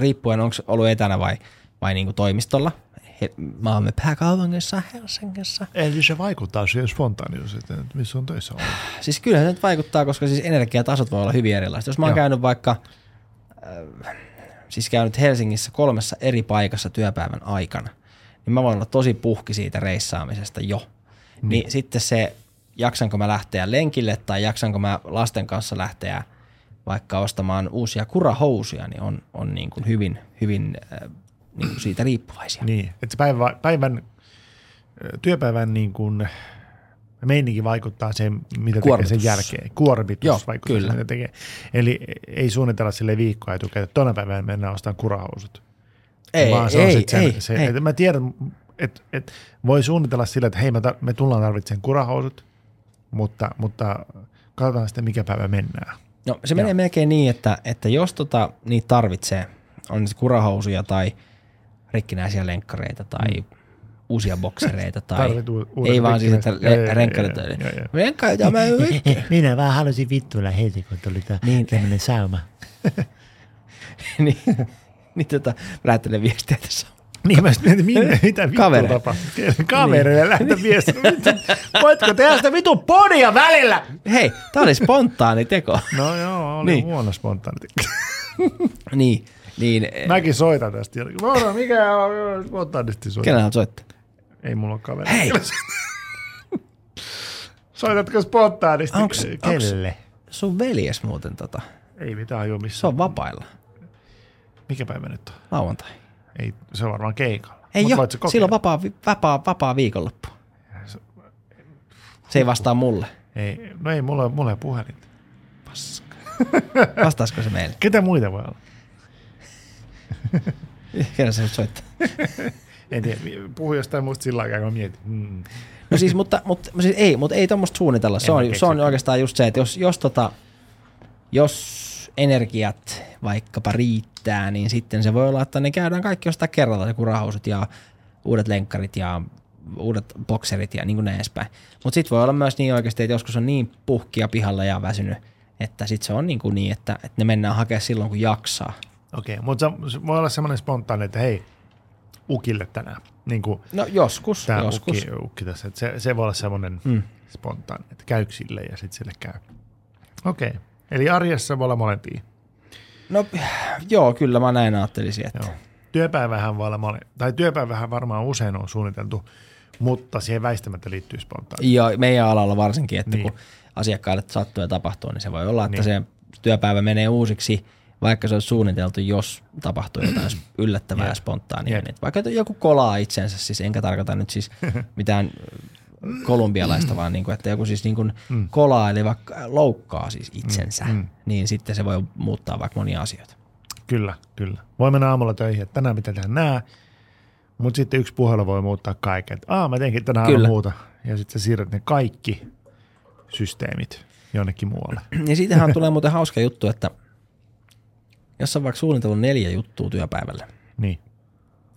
S2: riippuen onko ollut etänä vai, vai niinku toimistolla. He, maamme pääkaupungissa Helsingissä.
S3: Eli niin se vaikuttaa siihen spontaanius, että missä on töissä ollut.
S2: Siis kyllähän se nyt vaikuttaa, koska siis energiatasot voi olla hyvin erilaiset. Jos mä oon
S3: Joo.
S2: käynyt vaikka, äh, siis käynyt Helsingissä kolmessa eri paikassa työpäivän aikana, niin mä voin olla tosi puhki siitä reissaamisesta jo. Niin, niin sitten se, jaksanko mä lähteä lenkille tai jaksanko mä lasten kanssa lähteä vaikka ostamaan uusia kurahousuja, niin on, on niin kuin hyvin, hyvin äh, niin kuin siitä riippuvaisia.
S3: Niin, että se päivä, päivän, ö, työpäivän niin kuin meininki vaikuttaa siihen, mitä tekee
S2: Kuormitus.
S3: sen jälkeen. Kuormitus
S2: Joo,
S3: vaikuttaa
S2: kyllä.
S3: siihen, mitä tekee. Eli ei suunnitella sille viikkoa etukäteen, että tona päivänä mennään ostamaan kurahousut.
S2: Ei,
S3: vaan se on
S2: ei,
S3: sit sen,
S2: ei,
S3: se,
S2: ei.
S3: Että mä tiedän, että et voi suunnitella sillä, että hei, me, tar- me tullaan tarvitsemaan kurahousut, mutta, mutta katsotaan sitten, mikä päivä mennään.
S2: No se menee melkein niin, että, että jos tota, niitä tarvitsee, on se kurahousuja tai rikkinäisiä lenkkareita tai mm. uusia
S3: (laughs)
S2: boksereita tai
S3: Tarvit uu- uudet
S2: ei vaan siis, että
S3: rikkinäiset- joo, joo,
S2: le- renkkarit.
S3: joo, joo, joo.
S2: Renkkareita
S3: (laughs)
S2: mä
S8: Minä vaan halusin vittuilla heti, kun tuli tää
S2: Niin.
S8: tämmönen sauma.
S2: niin, niin tota, lähettelen viestiä tässä.
S3: Niin mä sit
S2: (laughs)
S3: mietin, minne, mitä vittu
S2: Kavereille. Niin.
S3: tapahtuu. Kavereille lähtee
S2: (laughs)
S3: viesti. Vittu, Voitko tehdä sitä vitun podia välillä?
S2: Hei, tää oli spontaani teko. (laughs)
S3: No joo, oli
S2: Niin.
S3: niin. huono spontaanit.
S2: niin, niin eh,
S3: (laughs) Mäkin soitan tästä. jollekin. Moro, mikä on spontaanisti soitan?
S2: eh, kenellä haluat soittaa?
S3: Ei mulla ole kaveri.
S2: Hei!
S3: (laughs) Soitatko spontaanisti?
S2: Onks-
S3: Kelle?
S2: Sun veljes muuten tota,
S3: Ei mitään hajua missä.
S2: se on vapailla
S3: Mikä päivä nyt on?
S2: lauantai.
S3: Ei, se on varmaan keikalla.
S2: Ei
S3: Mut
S2: joo,
S3: voit sä kokeilla?
S2: silloin vapaa, vi- vapaa, vapaa viikonloppu. Se ei vastaa mulle.
S3: Ei, no ei, mulla, mulla ei puhelinta.
S2: Vastaisiko se meille?
S3: Ketä muita voi olla?
S2: Kerran se nyt soittaa.
S3: En tiedä, puhu jostain muusta sillä aikaa, kun mä mietin. Hmm.
S2: No siis, mutta, mutta siis ei, mutta ei tuommoista suunnitella. Se
S3: En mä
S2: on, se on
S3: keksi.
S2: oikeastaan just se, että jos, jos, tota, jos energiat vaikkapa riittää, niin sitten se voi olla, että ne käydään kaikki jostain kerralla, joku rahausut ja uudet lenkkarit ja uudet bokserit ja niin kuin näin edespäin. Mutta sitten voi olla myös niin oikeasti, että joskus on niin puhkia pihalla ja väsynyt, että sitten se on niin, kuin niin että, että ne mennään hakemaan silloin, kun jaksaa.
S3: Okei, mutta se- se voi olla semmoinen spontaani, että hei, ukille tänään. Niin kuin
S2: No joskus,
S3: tämä
S2: joskus.
S3: ukki, ukki tässä. Että se, se voi olla semmoinen mm. spontaani, että käy sille ja sitten sille käy. Okei, eli arjessa voi olla molempia.
S2: No joo, kyllä mä näin ajattelisin, että
S3: Joo. Työpäivähän voi olla mole, tai työpäivähän varmaan usein on suunniteltu, mutta siihen väistämättä liittyy spontaani.
S2: Ja meidän alalla varsinkin, että
S3: Niin.
S2: niin. kun asiakkaille sattuu ja tapahtuu, niin se voi olla, että niin. se työpäivä menee uusiksi, vaikka se olisi suunniteltu, jos tapahtuu
S3: (clears throat)
S2: jotain yllättävää ja spontaania.
S3: Jep.
S2: Niin, että vaikka joku kolaa itsensä, siis enkä tarkoita nyt
S3: (clears throat)
S2: siis mitään kolumbialaista, vaan niin kuin, että joku siis niin kuin
S3: Mm.
S2: kolaa, eli vaikka loukkaa siis itsensä, niin sitten se voi muuttaa vaikka monia asioita. (clears throat)
S3: Kyllä, kyllä. Voi mennä aamulla töihin, että tänään pitää tehdä nää, mutta sitten yksi puhelu voi muuttaa kaiken. Että, Aa, mä teinkin tänään
S2: Kyllä.
S3: kyllä. muuta. Ja sitten sä siirrät ne kaikki systeemit jonnekin muualle.
S2: Ja siitähän tulee muuten hauska juttu, että jos on vaikka suunnitellut neljä juttua työpäivälle,
S3: Niin,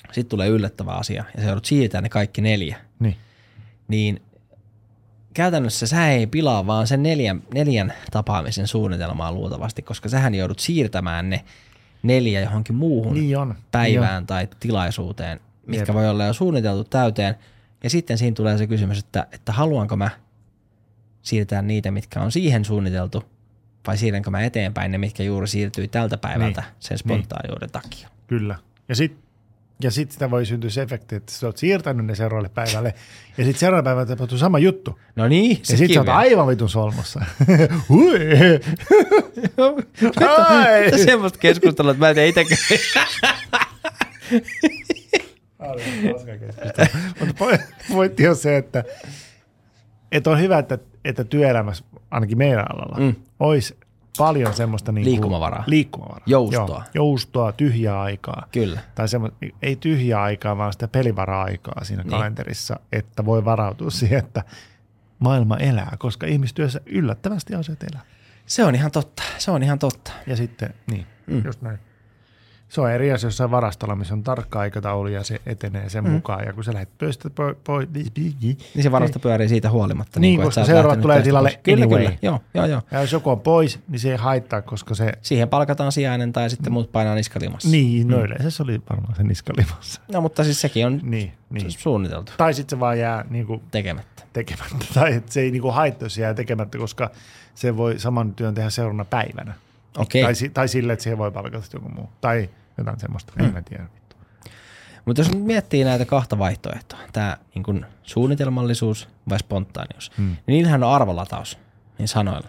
S2: sitten tulee yllättävä asia ja sä joudut siirtämään ne kaikki neljä,
S3: niin.
S2: niin käytännössä sä ei pilaa vaan sen neljän, neljän tapaamisen suunnitelmaa luultavasti, koska sähän joudut siirtämään ne neljä johonkin muuhun
S3: Niin on.
S2: päivään tai tilaisuuteen, mitkä
S3: Jep.
S2: voi olla jo suunniteltu täyteen. Ja sitten siinä tulee se kysymys, että, että haluanko mä siirtää niitä, mitkä on siihen suunniteltu, vai siirränkö mä eteenpäin ne, mitkä juuri siirtyi tältä päivältä niin. sen spontaaniuden niin. takia.
S3: Kyllä. Ja sitten ja sit sitä voi syntyä se efekti, että sä oot siirtänyt ne seuraavalle päivälle. Ja sitten seuraavalle päivälle tapahtuu sama juttu.
S2: No niin,
S3: Ja sitten sä oot aivan vitun solmussa. (laughs) Hui! Ai!
S2: Mitä semmoista keskustelua, että mä en tiedä itsekään.
S3: (laughs) Mutta po- pointti on se, että, että on hyvä, että, että työelämässä, ainakin meidän alalla, mm. olisi paljon semmoista niin
S2: Liikkumavaraa.
S3: liikkumavaraa.
S2: Joustoa.
S3: Joo, joustoa, tyhjää aikaa.
S2: Kyllä.
S3: Tai semmo, ei tyhjää aikaa, vaan sitä pelivara-aikaa siinä niin. kalenterissa, että voi varautua siihen, että maailma elää, koska ihmistyössä yllättävästi asiat elää.
S2: Se on ihan totta, se on ihan totta.
S3: Ja sitten, niin, mm. just näin. Se on eri asia jossain varastolla, missä on tarkka aikataulu ja se etenee sen mm. mukaan. Ja kun sä lähdet pöistä pois, pois
S2: Niin se varasta pyörii siitä huolimatta.
S3: Niin,
S2: kuin, että niinku,
S3: koska
S2: sä oot
S3: seuraavat
S2: lähtenyt
S3: tulee
S2: töistä
S3: tilalle
S2: pois. Kyllä,
S3: anyway.
S2: kyllä. Joo, joo, joo.
S3: ja jos joku on pois, niin se ei haittaa, koska se...
S2: Siihen palkataan sijainen tai sitten muut painaa niskalimassa.
S3: Niin, no yleensä se oli varmaan se niskalimassa.
S2: No mutta siis sekin on
S3: Niin, niin.
S2: suunniteltu
S3: Tai sitten se vaan jää niin kuin,
S2: tekemättä.
S3: tekemättä. Tai et se ei niin kuin haittaa, jos se jää tekemättä, koska se voi saman työn tehdä seuraavana päivänä.
S2: Okei.
S3: Tai, si- tai sille, että siihen voi palkata joku muu. Tai jotain semmoista,
S2: Mm.
S3: en mä tiedä.
S2: Mutta jos nyt miettii näitä kahta vaihtoehtoa, tämä niin kun suunnitelmallisuus vai spontaanius, hmm. niin niillähän on arvolataus niin sanoilla.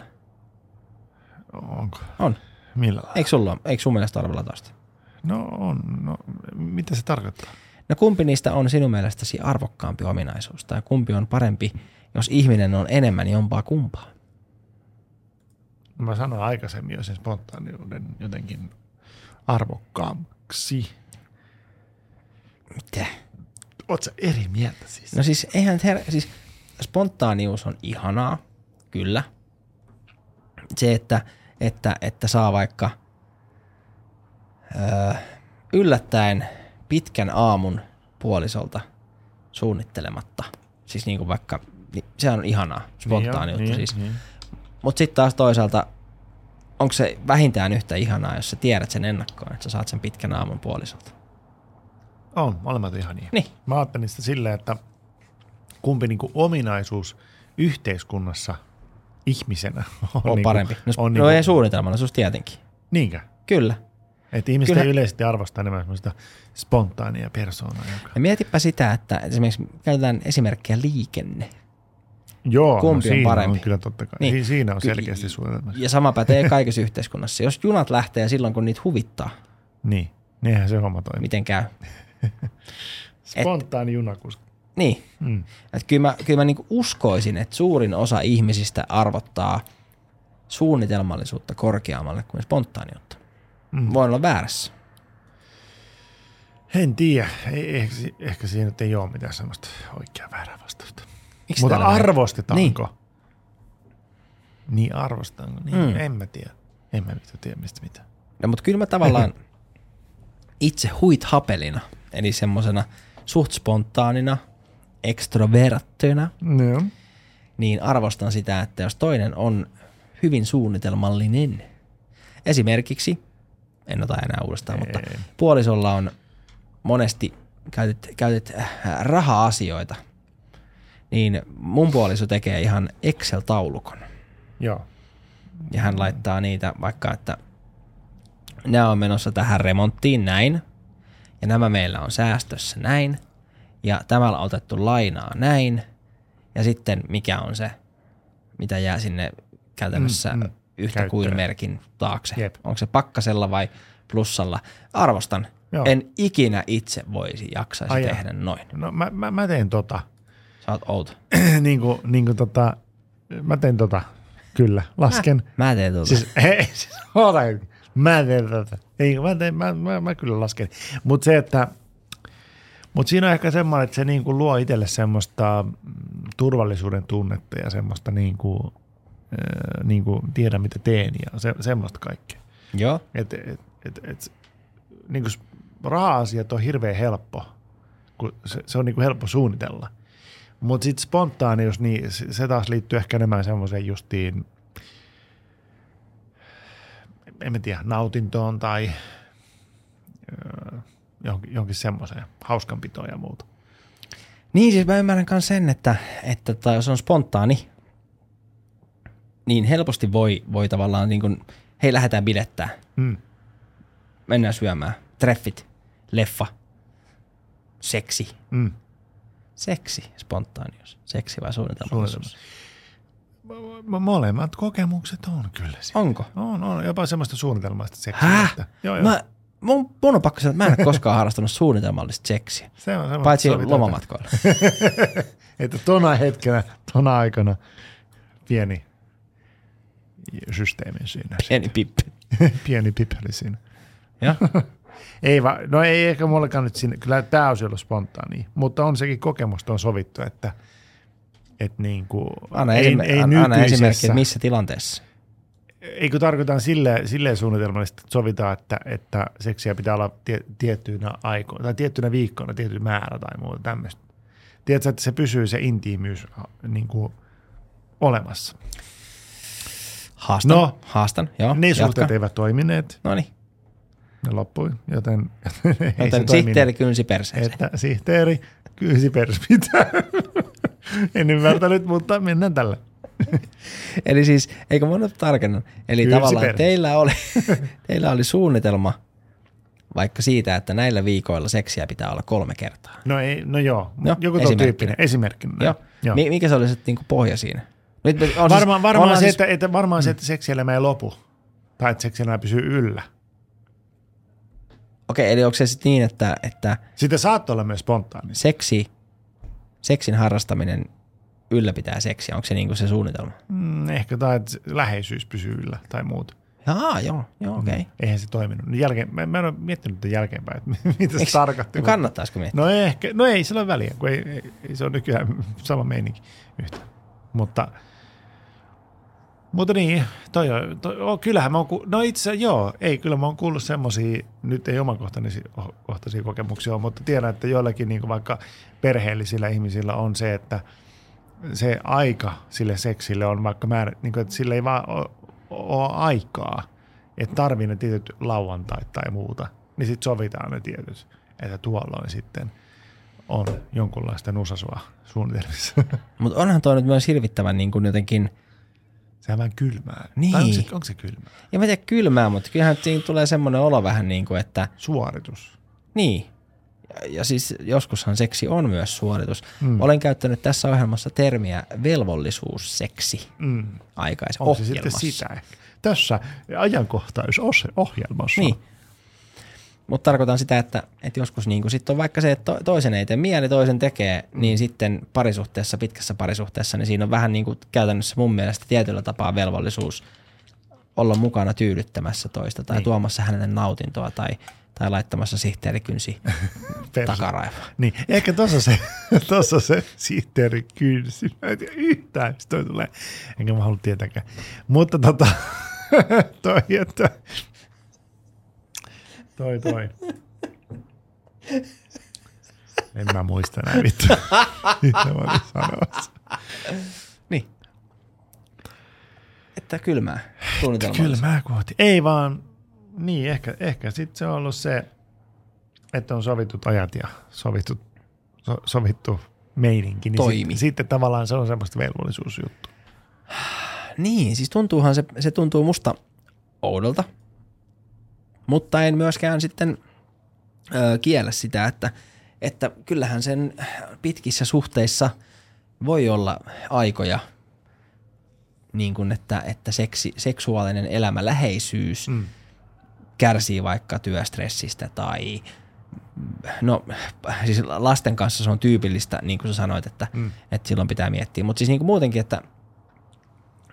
S3: Onko?
S2: On.
S3: Millä lailla?
S2: Eikö sulla ole? Eikö sun mielestä arvolatausta?
S3: No on. No, mitä se tarkoittaa?
S2: No kumpi niistä on sinun mielestäsi arvokkaampi ominaisuus? Tai kumpi on parempi, jos ihminen on enemmän jompaa kumpaa?
S3: Mä sanoin aikaisemmin jo sen spontaaniuden jotenkin arvokkaammaksi.
S2: Mitä?
S3: Oot sä eri mieltä siis?
S2: No siis, eihän her- siis spontaanius on ihanaa, kyllä. Se, että, että, että saa vaikka öö, yllättäen pitkän aamun puolisolta suunnittelematta. Siis niin kuin vaikka, niin sehän on ihanaa, spontaaniutta niin, siis. Niin. Mutta sitten taas toisaalta, onko se vähintään yhtä ihanaa, jos sä tiedät sen ennakkoon, että sä saat sen pitkän aamun puolisolta?
S3: On, molemmat ihan niin.
S2: Niin.
S3: Mä ajattelin sitä silleen, että kumpi niin ominaisuus yhteiskunnassa ihmisenä (laughs) on,
S2: On
S3: niinku-
S2: parempi. No,
S3: on
S2: no
S3: niinku-
S2: ei suunnitelmallisuus tietenkin.
S3: Niinkö?
S2: Kyllä.
S3: Että ihmiset
S2: Kyllä.
S3: ei yleisesti arvostaa enemmän semmoista spontaania persoonaa. Joka...
S2: Ja mietipä sitä, että esimerkiksi käytetään esimerkkiä liikenne.
S3: Joo, no
S2: Kumpi on
S3: siinä
S2: parempi?
S3: On kyllä totta kai.
S2: Niin.
S3: Niin. Siinä on
S2: Ky-
S3: selkeästi suunnitelmassa.
S2: Ja sama pätee kaikessa yhteiskunnassa. Jos junat lähtee silloin, kun niitä huvittaa,
S3: Niin, niinhän se homma toimii.
S2: miten käy?
S3: Spontaani junakuski.
S2: Niin.
S3: Mm.
S2: Et kyllä mä, kyllä mä niinku uskoisin, että suurin osa ihmisistä arvottaa suunnitelmallisuutta korkeammalle kuin spontaaniutta. Mm. Voin olla väärässä.
S3: En tiedä. Ei, ehkä, si- ehkä siinä nyt ei ole mitään semmoista oikeaa väärää vastausta.
S2: Miksi
S3: Mutta
S2: täällä näin?
S3: arvostetaanko? Niin. niin arvostetaanko? Niin, mm. en mä tiedä. En mä mitään tiedä mistä mitään.
S2: No, mutta kyllä mä (laughs) tavallaan itse huit hapelina, eli semmoisena suht spontaanina, ekstroverttina,
S3: No.
S2: niin arvostan sitä, että jos toinen on hyvin suunnitelmallinen. Esimerkiksi, en ota enää uudestaan, mutta puolisolla on monesti käytet, käytet äh, raha-asioita, niin mun puoliso tekee ihan Excel-taulukon.
S3: Joo.
S2: Ja hän laittaa niitä vaikka, että nämä on menossa tähän remonttiin näin, ja nämä meillä on säästössä näin, ja tämä on otettu lainaa näin, ja sitten mikä on se, mitä jää sinne käytännössä mm, mm. yhtä
S3: Käyttöön.
S2: kuin merkin taakse.
S3: Jep.
S2: Onko se pakkasella vai plussalla? Arvostan.
S3: Joo.
S2: En ikinä itse voisi jaksaisi
S3: Ai jaa.
S2: tehdä noin.
S3: No mä, mä, mä teen tota. (clears throat)
S2: Sä oot outo.
S3: niin kuin, niin kuin tota, mä teen tota. Kyllä, lasken.
S2: Mä teen tuota.
S3: Siis, (laughs) hei, siis oota hetki. Mä teen tätä. Ei, mä, teen, mä, mä, mä kyllä lasken. Mutta se, että mut siinä on ehkä semmoinen, että se niinku luo itselle semmoista mm, turvallisuuden tunnetta ja semmoista niinku, äh, niinku tiedä mitä teen ja se, semmoista kaikkea.
S2: Joo.
S3: Et, et, et, et, niinku s- raha-asiat on hirveän helppo, kun se, se on niinku helppo suunnitella. Mutta sitten spontaanius, niin se se taas liittyy ehkä enemmän semmoiseen justiin, en mä tiedä, nautintoon tai öö, johonkin, johonkin semmoiseen hauskanpitoon ja muuta.
S2: Niin siis mä ymmärrän myös sen, että, että tota, jos on spontaani, niin helposti voi, voi tavallaan niin kuin, hei lähdetään bilettää,
S3: Mm.
S2: mennään syömään, treffit, leffa, seksi.
S3: Mm.
S2: Seksi, spontaanius. Seksi vai suunnitelmallisuus?
S3: Suunnitelmallisuus. Mo- Molemmat kokemukset on kyllä siinä.
S2: Onko?
S3: On, on. Jopa semmoista suunnitelmasta seksiä.
S2: Häh?
S3: että- Joo, joo.
S2: Mä, mun, mun on pakko sanoa, että mä en ole koskaan harrastanut suunnitelmallista seksiä.
S3: No, Se on semmoinen
S2: Paitsi
S3: sovitaan,
S2: lomamatkoilla.
S3: Että tona hetkenä, tona aikana pieni systeemi siinä.
S2: Pieni pippi.
S3: pieni pipeli siinä.
S2: Joo.
S3: (laughs) Ei va, no ei ehkä mullekaan nyt siinä, kyllä tämä olisi ollut spontaani, mutta on sekin kokemusta on sovittu, että et niin kuin,
S2: Anna, ei, esim- ei anna esimerkki, että missä tilanteessa.
S3: Eikö tarkoitan sille, silleen suunnitelmallisesti, että sovitaan, että, että seksiä pitää olla tie, tiettyinä aikoina tai tiettynä viikkoina, tietty määrä tai muuta tämmöistä. Tiedätkö, että se pysyy se intiimiys niin kuin, olemassa.
S2: Haastan.
S3: No.
S2: Haastan, joo.
S3: Ne suhteet
S2: jatka.
S3: eivät toimineet,
S2: No niin.
S3: ne loppui, joten, (laughs) joten ei se
S2: Joten
S3: toiminut.
S2: sihteeri kynsi perseeseen.
S3: että sihteeri kyysi perspitää. (laughs) en ymmärtänyt, mutta mennään tällä.
S2: Eli siis, eikö mä nyt tarkennan? Eli
S3: Kynsi
S2: tavallaan
S3: perseeseen.
S2: teillä oli,
S3: (laughs)
S2: teillä oli suunnitelma vaikka siitä, että näillä viikoilla seksiä pitää olla kolme kertaa.
S3: No, ei, no joo,
S2: Joo,
S3: no, joku tuon
S2: esimerkkinä.
S3: tyyppinen esimerkkinä.
S2: Joo. joo. Mi- mikä se oli sitten niinku pohja siinä? Nyt me- on siis-
S3: varmaan,
S2: me
S3: varmaan,
S2: ollaan
S3: se, että, että, varmaan se, että seksielämä ei lopu. Tai että seksielämä pysyy yllä.
S2: Okei, eli onko se sitten niin, että, että
S3: Sitä saattoi olla myös spontaani.
S2: seksi, seksin harrastaminen ylläpitää seksiä? Onko se niinku se suunnitelma?
S3: Mm, ehkä tai että se läheisyys pysyy yllä tai muuta.
S2: Jaa, joo, joo okei. Okay.
S3: Eihän se toiminut. No Jälkeen, mä, mä en ole miettinyt tätä jälkeenpäin, että (laughs) mitä se tarkoitti.
S2: No
S3: mutta-
S2: kannattaisiko miettiä?
S3: No ehkä, no ei sillä ole väliä, kun ei, ei, ei, se on nykyään (laughs) sama meininki yhtä. Mutta, mutta niin, toi on, toi, oh, kyllähän mä oon, ku- no itse asiassa joo, ei, kyllä mä oon kuullut semmosia, nyt ei omakohtaisia kokemuksia ole, mutta tiedän, että joillakin niin vaikka perheellisillä ihmisillä on se, että se aika sille seksille on vaikka määrä, niin kuin, että sillä ei vaan ole aikaa, että tarvii ne tietyt lauantait tai muuta, niin sitten sovitaan ne tietyt, että tuolloin sitten on jonkunlaista nusasua suunnitelmissa. (laughs)
S2: Mutta onhan toi nyt myös hirvittävän niin kuin jotenkin,
S3: Sehän vähän kylmää.
S2: Niin.
S3: Tai onko se, onko se kylmää?
S2: en mä tiedä kylmää, mutta kyllähän siinä tulee semmoinen olo vähän niin kuin, että
S3: Suoritus.
S2: niin. Ja, ja siis joskushan seksi on myös suoritus. Mm. Olen käyttänyt tässä ohjelmassa termiä velvollisuusseksi
S3: Mm.
S2: aikaisen
S3: Onko se
S2: ohjelmassa.
S3: sitten sitä ehkä? Tässä ajankohtaisohjelmassa.
S2: Niin. Mutta tarkoitan sitä, että, että joskus niin sit on vaikka se, että to- toisen ei tee mieli, toisen tekee, niin sitten parisuhteessa, pitkässä parisuhteessa, niin siinä on vähän niin kuin käytännössä mun mielestä tietyllä tapaa velvollisuus olla mukana tyydyttämässä toista tai niin. tuomassa hänelle nautintoa tai, tai laittamassa sihteerikynsi
S3: Perse.
S2: takaraivoon.
S3: Niin, ehkä tuossa se, (laughs) tuossa se sihteeri kynsi. Mä en tiedä yhtään, mistä toi tulee. Enkä mä halua tietääkään. Mutta tota, (laughs) toi, että... Toi, toi. En mä muista näin vittu. Mitä mä olin sanomassa.
S2: Niin. Että kylmää suunnitelmaa.
S3: Kyllä mä kohti. Ei vaan, niin ehkä, ehkä sitten se on ollut se, että on sovitut ajat ja sovitut, so, sovittu meininki. Niin
S2: Toimi.
S3: Sitten, sitten tavallaan se on semmoista velvollisuusjuttu.
S2: Niin, siis tuntuuhan se, se tuntuu musta oudolta, mutta en myöskään sitten ö, kiellä sitä, että, että kyllähän sen pitkissä suhteissa voi olla aikoja, niin kuin että, että seksi, seksuaalinen elämä, läheisyys mm. kärsii vaikka työstressistä tai no siis lasten kanssa se on tyypillistä, niin kuin sä sanoit, että, mm. että silloin pitää miettiä. Mutta siis niin kuin muutenkin, että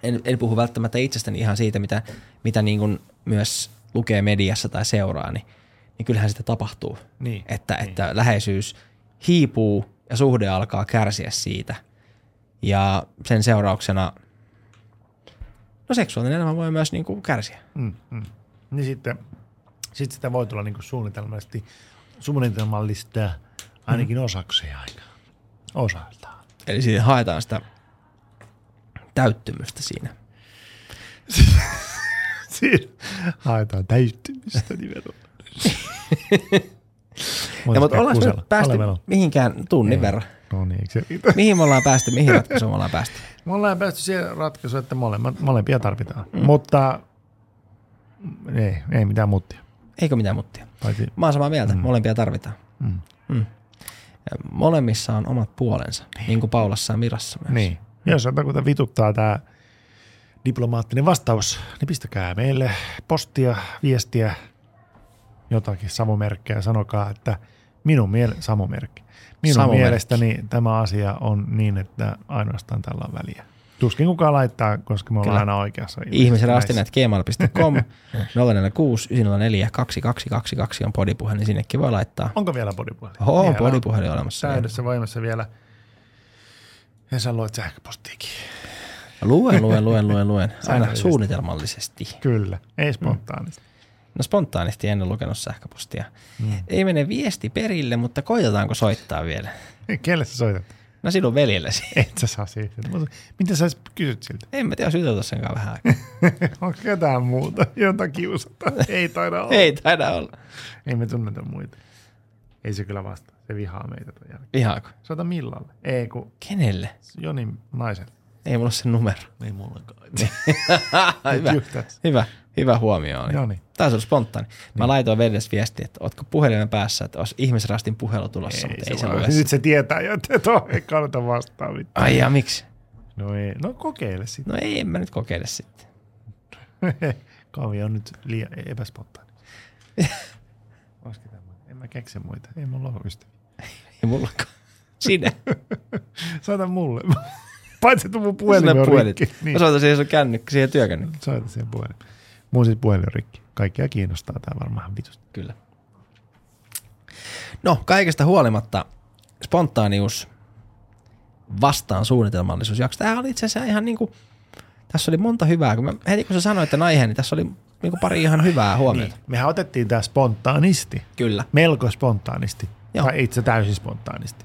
S2: en, en puhu välttämättä itsestäni ihan siitä, mitä, mitä niin kuin myös lukee mediassa tai seuraa, niin, niin kyllähän sitä tapahtuu.
S3: Niin.
S2: Että, niin. että läheisyys hiipuu ja suhde alkaa kärsiä siitä. Ja sen seurauksena no seksuaalinen elämä voi myös niin kuin kärsiä.
S3: Mm, mm. Niin sitten sit sitä voi tulla niin suunnitelmallisesti, suunnitelmallista ainakin mm. osaksi aina. Osaltaan. (laughs)
S2: Eli siinä haetaan sitä täyttymystä siinä.
S3: Siinä Siis haetaan täyttymistä nimenomaan.
S2: (laughs) Ja, mutta ollaanko me nyt päästy mihinkään tunnin
S3: Ei.
S2: verran?
S3: No niin, eikö se
S2: Mihin me ollaan päästy, mihin ratkaisuun me ollaan päästy?
S3: Me ollaan päästy siihen ratkaisuun, että molemmat, molempia tarvitaan. Mm. Mutta mm, ei, ei mitään muuttia.
S2: Eikö mitään muttia?
S3: Paitsi,
S2: Mä oon samaa mieltä, mm. molempia tarvitaan.
S3: Mm.
S2: Mm. Ja Molemmissa on omat puolensa, niin kuin Paulassa ja Mirassa myös.
S3: niin. Jos jotakuta vituttaa tämä diplomaattinen vastaus, niin pistäkää meille postia, viestiä, jotakin samomerkkejä. Sanokaa, että minun, miele- samomerkki. minun
S2: Samomerkki.
S3: mielestäni tämä asia on niin, että ainoastaan tällä on väliä. Tuskin kukaan laittaa, koska me ollaan
S2: Kyllä.
S3: aina oikeassa.
S2: ihmisrastin, että gmail.com
S3: (laughs)
S2: 046 904 2222 on podipuhe, niin sinnekin voi laittaa.
S3: Onko vielä podipuhelin?
S2: Oho, on
S3: Vielä on.
S2: podipuhelin olemassa.
S3: täydessä voimassa vielä. Ja sä luet sähköpostiikin.
S2: Luen, luen, luen, luen, luen. Aina
S3: Säännöllisesti.
S2: suunnitelmallisesti.
S3: Kyllä, ei spontaanisti.
S2: No spontaanisti en ole lukenut sähköpostia. Ei mene viesti perille, mutta koitetaanko soittaa vielä?
S3: Mm. Kelle sä soitat?
S2: No sinun
S3: (laughs)
S2: veljellesi.
S3: Et sä saa siitä. Mutta Mitä sä edes kysyt (laughs) siltä?
S2: En mä tiedä, sytötä senkaan vähän aikaa.
S3: Onko ketään muuta, jota kiusata? (laughs) Ei taida olla.
S2: Ei taida olla.
S3: ei me tunneta muita. Ei se kyllä vastaa. Se vihaa meitä tuon jälkeen.
S2: Vihaako?
S3: Soita millalle? Ei, kun
S2: Kenelle?
S3: Jonin naiselle.
S2: Ei mulla ole sen numero.
S3: (laughs) Ei mullakaan.
S2: (laughs) Hyvä.
S3: Just tässä.
S2: Hyvä, hyvä huomio oli.
S3: Noniin. Niin.
S2: Taisi olla spontaani. Mä laitoin veljessä viestiä, että ootko puhelimen päässä, että olisi ihmisrastin puhelu tulossa, ei, mutta ei se
S3: vaan-
S2: lue.
S3: Nyt
S2: sitä.
S3: se tietää jo, että tuo ei kannata vastaa mitään.
S2: Ai ja miksi?
S3: No ei. No kokeile sitten.
S2: No ei, en mä nyt kokeile sitten.
S3: Kahvi on nyt liian e-
S2: (laughs)
S3: epäspontaani. Olisiko tämä? En mä keksi muita. Ei mulla ole ystäviä.
S2: Ei
S3: (laughs)
S2: mullakaan. Sinne.
S3: Soita mulle. (laughs) Paitsi että mun puhelin
S2: Sulle
S3: on
S2: puhelit.
S3: rikki. Niin.
S2: Mä soitan siihen sun kännykkä, siihen työkännykkä.
S3: Soita siihen puhelin. Mun siis puhelin on rikki. Kaikkia kiinnostaa tää varmaan vitusti.
S2: Kyllä. No, kaikesta huolimatta spontaanius vastaan suunnitelmallisuus jakso. Tämä oli itse asiassa ihan niinku, tässä oli monta hyvää. Kun mä, heti kun sä sanoit tämän aiheen, niin tässä oli niinku pari ihan hyvää huomiota. Niin.
S3: Mehän otettiin tää spontaanisti.
S2: Kyllä.
S3: Melko spontaanisti.
S2: Joo.
S3: Tai itse täysin spontaanisti.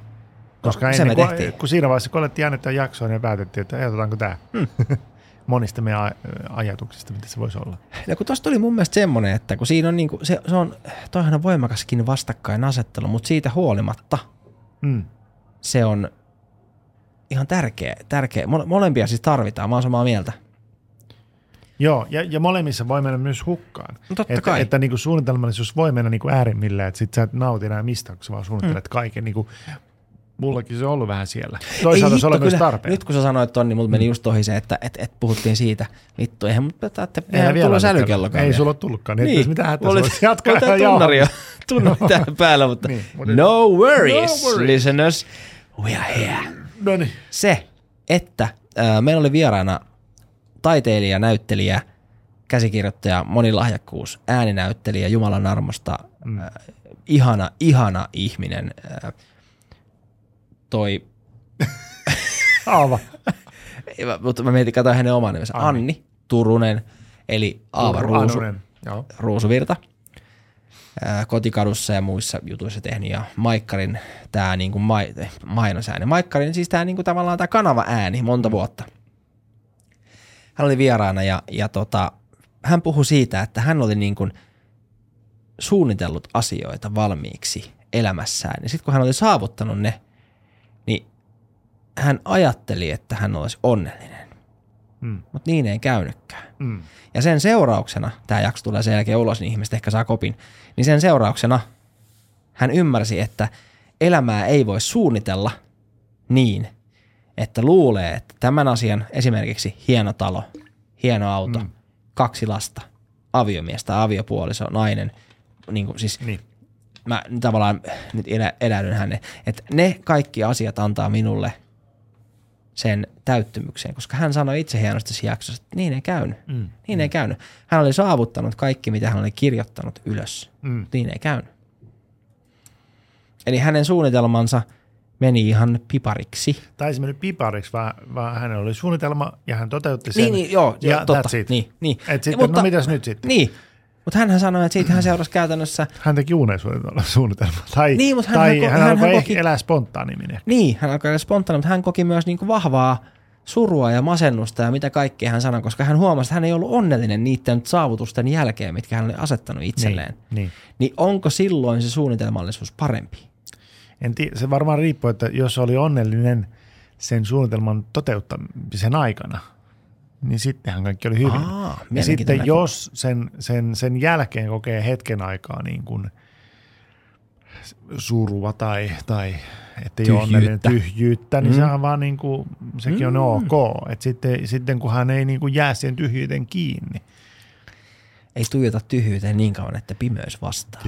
S3: Koska
S2: No,
S3: no,
S2: se me
S3: ennen
S2: tehtiin.
S3: kuin, kun siinä vaiheessa, kun alettiin äänettää jaksoa, niin päätettiin, että ajatetaanko tää.
S2: Hmm.
S3: (laughs) Monista meidän aj- ajatuksista, mitä se voisi olla.
S2: Ja kun tuossa tuli mun mielestä semmoinen, että kun siinä on niinku, se, se on, toihan on voimakaskin vastakkainasettelu, mutta siitä huolimatta Hmm.
S3: Mm.
S2: se on ihan tärkeä, tärkeä. Mole- Molempia siis tarvitaan, mä oon samaa mieltä.
S3: Joo, ja, ja molemmissa voi mennä myös hukkaan.
S2: No totta
S3: että,
S2: kai.
S3: Että niin kuin suunnitelmallisuus voi mennä niin kuin äärimmilleen, että sit sä et nauti enää mistään, kun sä vaan suunnittelet mm. kaiken. Niin kuin, mullakin se on ollut vähän siellä. Toisaalta
S2: Ei
S3: se on
S2: hitto,
S3: myös
S2: kyllä.
S3: tarpeen.
S2: Nyt kun sä sanoit ton, niin mulla meni just ohi se, että et, et puhuttiin siitä. Vittu, eihän mut pitää, että
S3: Eihän
S2: ei
S3: vielä
S2: tullut
S3: ole
S2: sälykellokaan.
S3: Ei
S2: vielä.
S3: sulla ole tullutkaan, niin, niin. mitä hätää
S2: mulla
S3: sulla
S2: oli-
S3: olisi. Jatka
S2: mulla oli
S3: ihan
S2: tunnari,
S3: jauhaa.
S2: tunnari täällä päällä, mutta
S3: Niin, mutta-
S2: no, worries,
S3: No worries.
S2: listeners, we are here.
S3: No niin.
S2: se, että ää, meillä oli vieraana taiteilija, näyttelijä, käsikirjoittaja, monilahjakkuus, ääninäyttelijä, Jumalan armosta, mm. ää, ihana, ihana ihminen. Ää, toi,
S3: Aava.
S2: ei, mä- mutta mä mietin, katsoin hänen oman nimensä, Anni, Anni Turunen, eli Aava Ruusu,
S3: Anunen. Joo.
S2: Ruusuvirta. Ää, kotikadussa ja muissa jutuissa tehnyt ja Maikkarin tämä niinku mai, mainosääni. Maikkarin siis tämä niinku tavallaan tämä kanava ääni monta vuotta. Hän oli vieraana ja, ja tota, hän puhui siitä, että hän oli niinku suunnitellut asioita valmiiksi elämässään. Ja sitten kun hän oli saavuttanut ne, niin hän ajatteli, että hän olisi onnellinen.
S3: Mm.
S2: Mutta niin ei käynytkään.
S3: Mm.
S2: Ja sen seurauksena, tämä jakso tulee sen jälkeen ulos, niin ihmiset ehkä saa kopin, niin sen seurauksena hän ymmärsi, että elämää ei voi suunnitella niin, että luulee, että tämän asian esimerkiksi hieno talo, hieno auto, mm. kaksi lasta, aviomiestä, aviopuoliso, nainen, niin kuin siis
S3: Niin.
S2: mä tavallaan nyt elä, eläydyn hänen, että ne kaikki asiat antaa minulle sen täyttymykseen, koska hän sanoi itse hienosti tässä jaksossa, että niin ei käynyt. Mm. Niin ei käynyt. Hän oli saavuttanut kaikki, mitä hän oli kirjoittanut ylös.
S3: Mm.
S2: Niin ei käynyt. Eli hänen suunnitelmansa meni ihan pipariksi.
S3: Tai se meni pipariksi, vaan, vaan hänellä oli suunnitelma ja hän toteutti sen.
S2: Niin, niin, joo,
S3: ja
S2: joo, totta.
S3: That's it.
S2: Niin, niin.
S3: Et sitten,
S2: Mutta-
S3: no mitäs nyt sitten?
S2: Niin, mutta hänhän sanoi, että siitä hän seurasi käytännössä
S3: Hän teki uuden suunnitelman. suunnitelman. (laughs) Tai,
S2: Niin, mut hän-
S3: tai
S2: hän-
S3: hän,
S2: hän-
S3: hän,
S2: hän
S3: alkoi
S2: koki-
S3: koki... elää spontaaniminen.
S2: Niin, hän alkoi olla spontaani, mutta hän koki myös niin kuin vahvaa surua ja masennusta ja mitä kaikkea hän sanoi, koska hän huomasi, että hän ei ollut onnellinen niiden saavutusten jälkeen, mitkä hän oli asettanut itselleen. Niin,
S3: Niin.
S2: niin onko silloin se suunnitelmallisuus parempi?
S3: En tii, se varmaan riippuu, että jos oli onnellinen sen suunnitelman toteuttamisen aikana, niin sittenhän kaikki oli hyvin.
S2: Aa,
S3: ja sitten
S2: mielenkiintoinen
S3: jos sen, sen, sen jälkeen kokee hetken aikaa niin kuin surua tai, tai että ei ole onnellinen tyhjyyttä, niin mm. sehän vaan niin kuin, sekin mm. on ok. Et sitten, sitten kun hän ei niin kuin jää siihen tyhjyyteen kiinni.
S2: Ei tuijota tyhjyyteen niin kauan, että pimeys vastaa.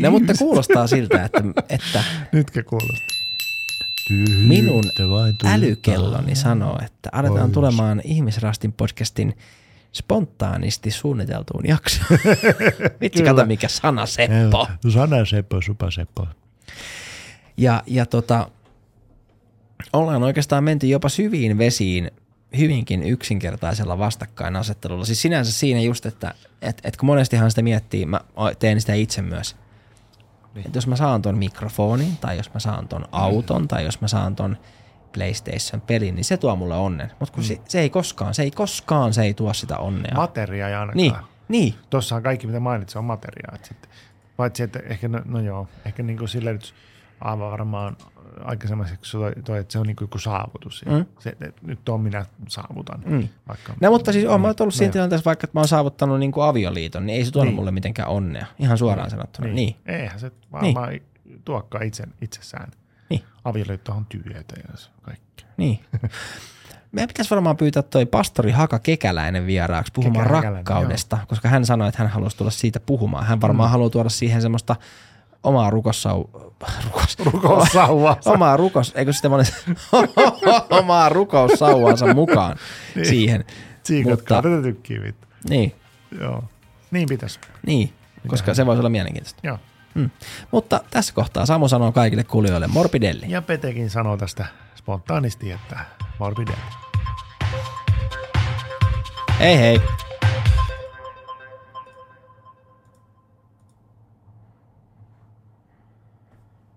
S2: No, mutta kuulostaa siltä, että, että
S3: Nytkö kuulostaa?
S2: minun älykelloni sanoo, että aletaan tulemaan ihmisrastin podcastin spontaanisti suunniteltuun jaksoon. Vitsi, kato mikä sana Seppo.
S8: Sana Seppo, Supa Seppo.
S2: Ja, ja tota, ollaan oikeastaan menty jopa syviin vesiin hyvinkin yksinkertaisella vastakkainasettelulla. Siis sinänsä siinä just, että et, et kun monestihan sitä miettii, mä o- teen sitä itse myös. Niin. Et jos mä saan ton mikrofonin, tai jos mä saan ton auton, mm. tai jos mä saan ton PlayStation-pelin, niin se tuo mulle onnen. Mutta kun mm. se, se, ei koskaan, se ei koskaan, se ei tuo sitä onnea.
S3: Materiaa ei ainakaan.
S2: niin, niin,
S3: Tuossa on kaikki, mitä mainitsin, on materiaa. Et sit, paitsi, että ehkä, no, no joo, ehkä niin kuin sillä nyt aivan varmaan aikaisemmaksi toi, toi, että se on niin kuin joku saavutus. Mm. Se, että nyt on minä saavutan. Mm. Vaikka,
S2: No mutta siis oon mä oon ollut
S3: No
S2: siinä
S3: joo.
S2: tilanteessa, vaikka että mä oon saavuttanut niin kuin avioliiton, niin ei se tuonut niin. mulle mitenkään onnea. Ihan suoraan sanottuna. Niin. niin.
S3: Eihän se varmaan niin. tuokkaa itse, itsessään.
S2: Niin.
S3: Avioliitto on työtä ja se kaikki.
S2: niin. (laughs) Meidän pitäisi varmaan pyytää toi pastori Haka Kekäläinen vieraaksi puhumaan
S3: Kekäläinen,
S2: rakkaudesta, joo. koska hän sanoi, että hän haluaisi tulla siitä puhumaan. Hän varmaan mm. haluaa tuoda siihen semmoista omaa rukossau... (laughs) Rukos...
S3: Rukoussauvaa.
S2: (laughs) omaa rukos... Eikö sitä monet... (laughs) omaa rukoussauvaansa mukaan (laughs) niin. siihen.
S3: Siikatkaa,
S2: Mutta,
S3: tätä tykkii vittu.
S2: niin,
S3: Joo. Niin pitäisi.
S2: niin, koska se voisi olla mielenkiintoista.
S3: Joo.
S2: Mm. Mutta tässä kohtaa Samu sanoo kaikille kuulijoille morbidelli.
S3: Ja Petekin sanoo tästä spontaanisti, että morbidelli.
S2: Hei hei!